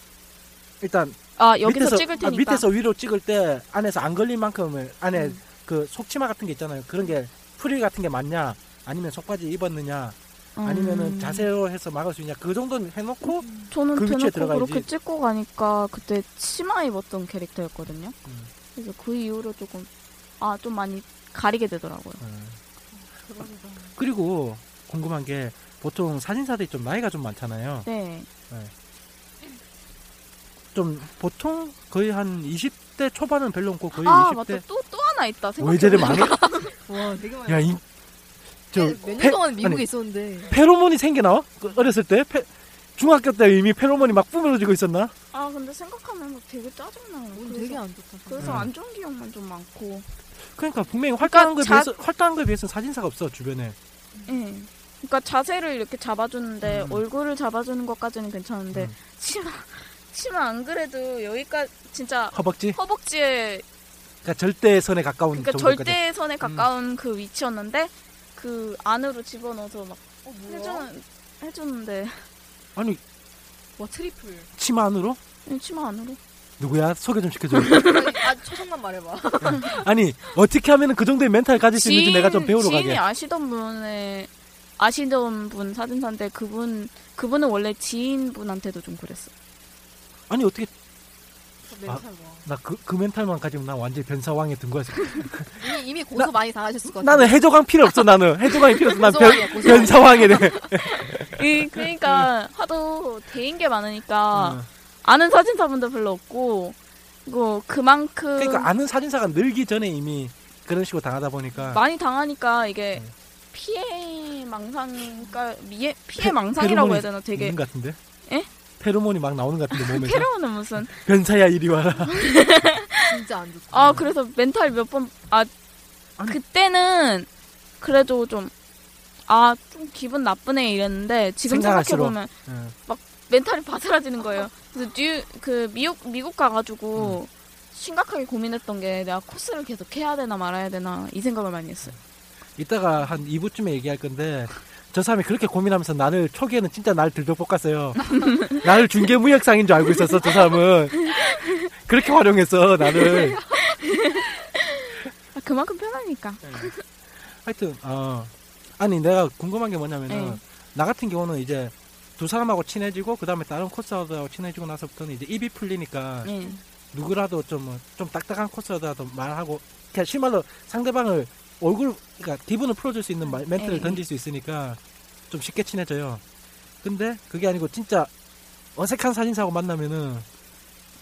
Speaker 2: 일단
Speaker 3: 아, 여기서
Speaker 2: 밑에서-
Speaker 3: 찍을
Speaker 2: 아,
Speaker 3: 테니까.
Speaker 2: 밑에서 위로 찍을 때 안에서 안 걸릴 만큼을 안에
Speaker 3: 음.
Speaker 2: 그 속치마 같은 게 있잖아요 그런 게 프릴 같은 게 맞냐 아니면 속바지 입었느냐 아니면은
Speaker 3: 음.
Speaker 2: 자세로 해서 막을 수 있냐 그 정도는 해놓고
Speaker 3: 저는
Speaker 2: 그 위치에
Speaker 3: 대놓고
Speaker 2: 들어가야지
Speaker 3: 그렇게 찍고 가니까 그때 치마 입었던 캐릭터였거든요.
Speaker 2: 음.
Speaker 3: 그래서 그 이후로 조금 아 좀 많이 가리게 되더라고요.
Speaker 2: 그리고 궁금한 게 보통 사진사들이 좀 나이가 좀 많잖아요
Speaker 3: 네.
Speaker 2: 네. 좀 보통 거의 한 20대 초반은 별로 없고 거의
Speaker 3: 아
Speaker 2: 20대
Speaker 3: 맞다 또 또 하나 있다 생각.
Speaker 2: 오해제를 어, 많이
Speaker 1: 와 되게 많이.
Speaker 2: 야, 이, 저
Speaker 1: 몇년
Speaker 2: 페-
Speaker 1: 동안 미국에
Speaker 2: 아니,
Speaker 1: 있었는데
Speaker 2: 페로몬이 생겨 나와? 그 어렸을 때 페, 중학교 때 이미 페로몬이 막 뿜어지고 있었나?
Speaker 3: 아 근데 생각하면 막 되게 짜증나요. 그래서,
Speaker 1: 어, 음, 되게 안 좋다.
Speaker 3: 그래서
Speaker 2: 음.
Speaker 3: 안 좋은 기억만 좀 많고.
Speaker 2: 그러니까 분명히 활동한 거에
Speaker 3: 자-
Speaker 2: 비해서 활동한 거에 비해서 사진사가 없어 주변에.
Speaker 1: 음.
Speaker 3: 예. 그러니까 자세를 이렇게 잡아주는데
Speaker 2: 음.
Speaker 3: 얼굴을 잡아주는 것까지는 괜찮은데 치마 치마 안 그래도 여기까지 진짜
Speaker 2: 허벅지?
Speaker 3: 허벅지에
Speaker 2: 그러니까 절대 선에 가까운
Speaker 3: 그러니까
Speaker 2: 정도까지. 음.
Speaker 3: 절대선에 가까운 그 위치였는데 그 안으로 집어넣어서 막 해주는 해주는데
Speaker 2: 아니
Speaker 1: 와 트리플.
Speaker 2: 치마 안으로?
Speaker 3: 이 치마 안으로
Speaker 2: 누구야? 소개 좀 시켜줘.
Speaker 1: 아니, 아 초성만 말해봐.
Speaker 2: 아니 어떻게 하면 그 정도의 멘탈 가질 수 있는지 내가 좀 배우러
Speaker 3: 지인이
Speaker 2: 가게.
Speaker 3: 아시던 분의 아시던 분 사진사인데 그분 그분은 원래 지인분한테도 좀 그랬어.
Speaker 2: 아니 어떻게
Speaker 1: 멘탈
Speaker 2: 나 그 그 멘탈만 가지면 난 완전 히 변사왕에 든 거야.
Speaker 1: 이미, 이미 고소 많이 당하셨을 것 같아.
Speaker 2: 나는 해적왕 필요 없어 나는 해적왕이 필요 없어 난 변,
Speaker 1: 고소왕이야, 고소왕.
Speaker 2: 변사왕이래.
Speaker 3: 이 그러니까 하도 대인 게 많으니까
Speaker 2: 예, 음.
Speaker 3: 아는 사진사분도 별로 없고 뭐 그만큼
Speaker 2: 그러니까 아는 사진사가 늘기 전에 이미 그런 식으로 당하다 보니까
Speaker 3: 많이 당하니까 이게
Speaker 2: 음.
Speaker 3: 피해 망상까 미해 피해
Speaker 2: 페-
Speaker 3: 망상이라고 해야
Speaker 2: 페로몬이
Speaker 3: 되나 되게
Speaker 2: 있는 것 같은데?
Speaker 3: 예?
Speaker 2: 페로몬이 막 나오는 것 같은데 몸에서
Speaker 3: 페로몬은 무슨
Speaker 2: 변사야 이리 와라
Speaker 1: 진짜 안 좋다.
Speaker 3: 아 그래서 멘탈 몇 번 아 그때는 그래도 좀 아, 좀 기분 나쁘네 이랬는데 지금 생각해
Speaker 2: 생각할수록.
Speaker 3: 보면
Speaker 2: 응.
Speaker 3: 막 멘탈이 바스라지는 거예요. 그래서 뉴 그 미국 미국
Speaker 2: 음.
Speaker 3: 가가지고 심각하게 고민했던 게 내가 코스를 계속 해야 되나 말아야 되나 이 생각을 많이 했어요.
Speaker 2: 이따가 한 2부쯤에 얘기할 건데 저 사람이 그렇게 고민하면서 나를 초기에는 진짜 나를 들들볶았어요 나를 중개무역상인 줄 알고 있었어 저 사람은 그렇게 활용했어 나를
Speaker 3: 아, 그만큼 편하니까.
Speaker 2: 하여튼 어 아니 내가 궁금한 게 뭐냐면은
Speaker 3: 네.
Speaker 2: 나 같은 경우는 이제 두 사람하고 친해지고 그 다음에 다른 코스하고 친해지고 나서부터는 이제 입이 풀리니까
Speaker 3: 예.
Speaker 2: 누구라도 좀 좀 딱딱한 코스라도 말하고 그냥 실말로 그러니까 상대방을 얼굴 그러니까 기분을 풀어줄 수 있는 말, 멘트를
Speaker 3: 네.
Speaker 1: 에이.
Speaker 2: 던질 수 있으니까 좀 쉽게 친해져요. 근데 그게 아니고 진짜 어색한 사진사하고 만나면은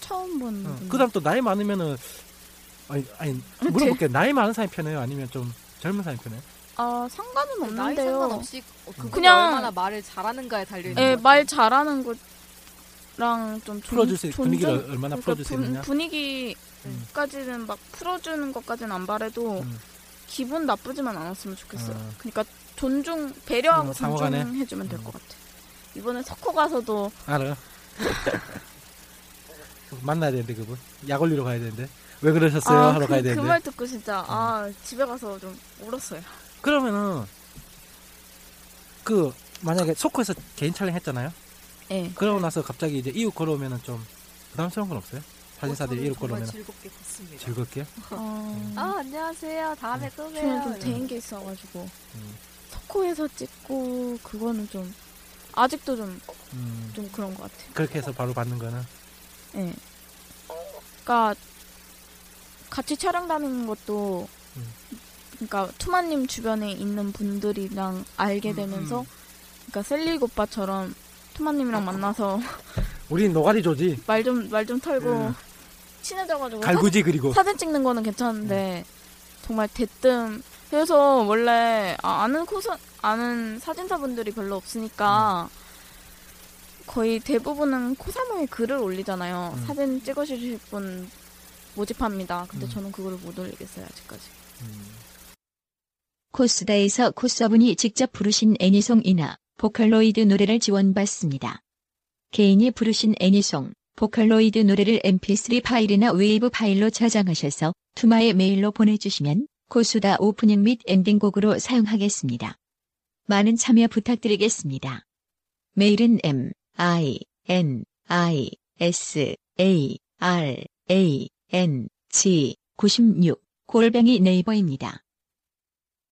Speaker 3: 처음 본.
Speaker 2: 어,
Speaker 3: 분.
Speaker 2: 그다음 또 나이 많으면은 아니 아니 물어볼게 요 나이 많은 사람이 편해요 아니면 좀 젊은 사람이 편해요?
Speaker 3: 아 상관은
Speaker 1: 나이
Speaker 3: 없는데요.
Speaker 1: 상관없이 어, 그분이
Speaker 3: 그냥-
Speaker 1: 얼마나 말을 잘하는가에 달려 있는
Speaker 3: 예, 말 잘하는 것랑 좀 존-
Speaker 2: 풀어줄 수 있-
Speaker 3: 존중-
Speaker 2: 분위기를 얼마나 풀어줄 수
Speaker 3: 그러니까 분-
Speaker 2: 있느냐?
Speaker 3: 분위기까지는 막 풀어주는 것까지는 안 바래도 기분 나쁘지만 않았으면 좋겠어요.
Speaker 2: 음. 아.
Speaker 3: 그러니까 존중 배려하고
Speaker 2: 음, 상호간에. 음.
Speaker 3: 존중해주면 될 것 같아. 이번에 석호 가서도
Speaker 2: 알아요. 만나야 되는데 그분 약 올리러 가야 되는데 왜 그러셨어요
Speaker 3: 아,
Speaker 2: 하러
Speaker 3: 그,
Speaker 2: 가야 되는데 음.
Speaker 3: 그 말 듣고 진짜 아 집에 가서 좀 울었어요.
Speaker 2: 그러면은 그 만약에 소코에서 개인 촬영 했잖아요.
Speaker 3: 예.
Speaker 2: 그러고 나서 갑자기 이제 이웃 걸어오면은 좀 부담스러운 건 없어요? 사진사들이 이웃 걸어오면
Speaker 1: 즐겁게 봤습니다. 네.
Speaker 2: 즐겁게 음.
Speaker 1: 아 안녕하세요. 다음에 또 봬요.
Speaker 3: 저는 좀 대인 게 있어가지고
Speaker 2: 음,
Speaker 3: 석호에서 찍고 그거는 좀 아직도 좀 좀
Speaker 2: 음,
Speaker 3: 그런 것 같아요.
Speaker 2: 그렇게 해서 바로 받는 거는
Speaker 3: 예. 그러니까 같이 촬영 다니는 것도 그러니까 투마님 주변에 있는 분들이랑 알게 되면서 그러니까 셀리 오빠처럼 투마님이랑 만나서
Speaker 2: 우린 노가리 조지
Speaker 3: 말 좀 말 좀 털고
Speaker 2: 음.
Speaker 3: 친해져가지고
Speaker 2: 갈구지,
Speaker 3: 사진,
Speaker 2: 그리고.
Speaker 3: 사진 찍는 거는 괜찮은데 정말 대뜸 그래서 원래 아- 아는 코스 아는 사진사분들이 별로 없으니까 거의 대부분은 코사모에 글을 올리잖아요.
Speaker 2: 음.
Speaker 3: 사진 찍어주실 분 모집합니다. 근데
Speaker 5: 음.
Speaker 3: 저는 그거를 못 올리겠어요 아직까지.
Speaker 2: 음.
Speaker 5: 코스다에서 코스어분이 직접 부르신 애니송이나 보컬로이드 노래를 지원받습니다. 개인이 부르신 애니송, 보컬로이드 노래를 mp3 파일이나 웨이브 파일로 저장하셔서 투마의 메일로 보내주시면 코수다 오프닝 및 엔딩곡으로 사용하겠습니다. 많은 참여 부탁드리겠습니다. 메일은 m i n i s a r a n g 96 골뱅이 네이버입니다.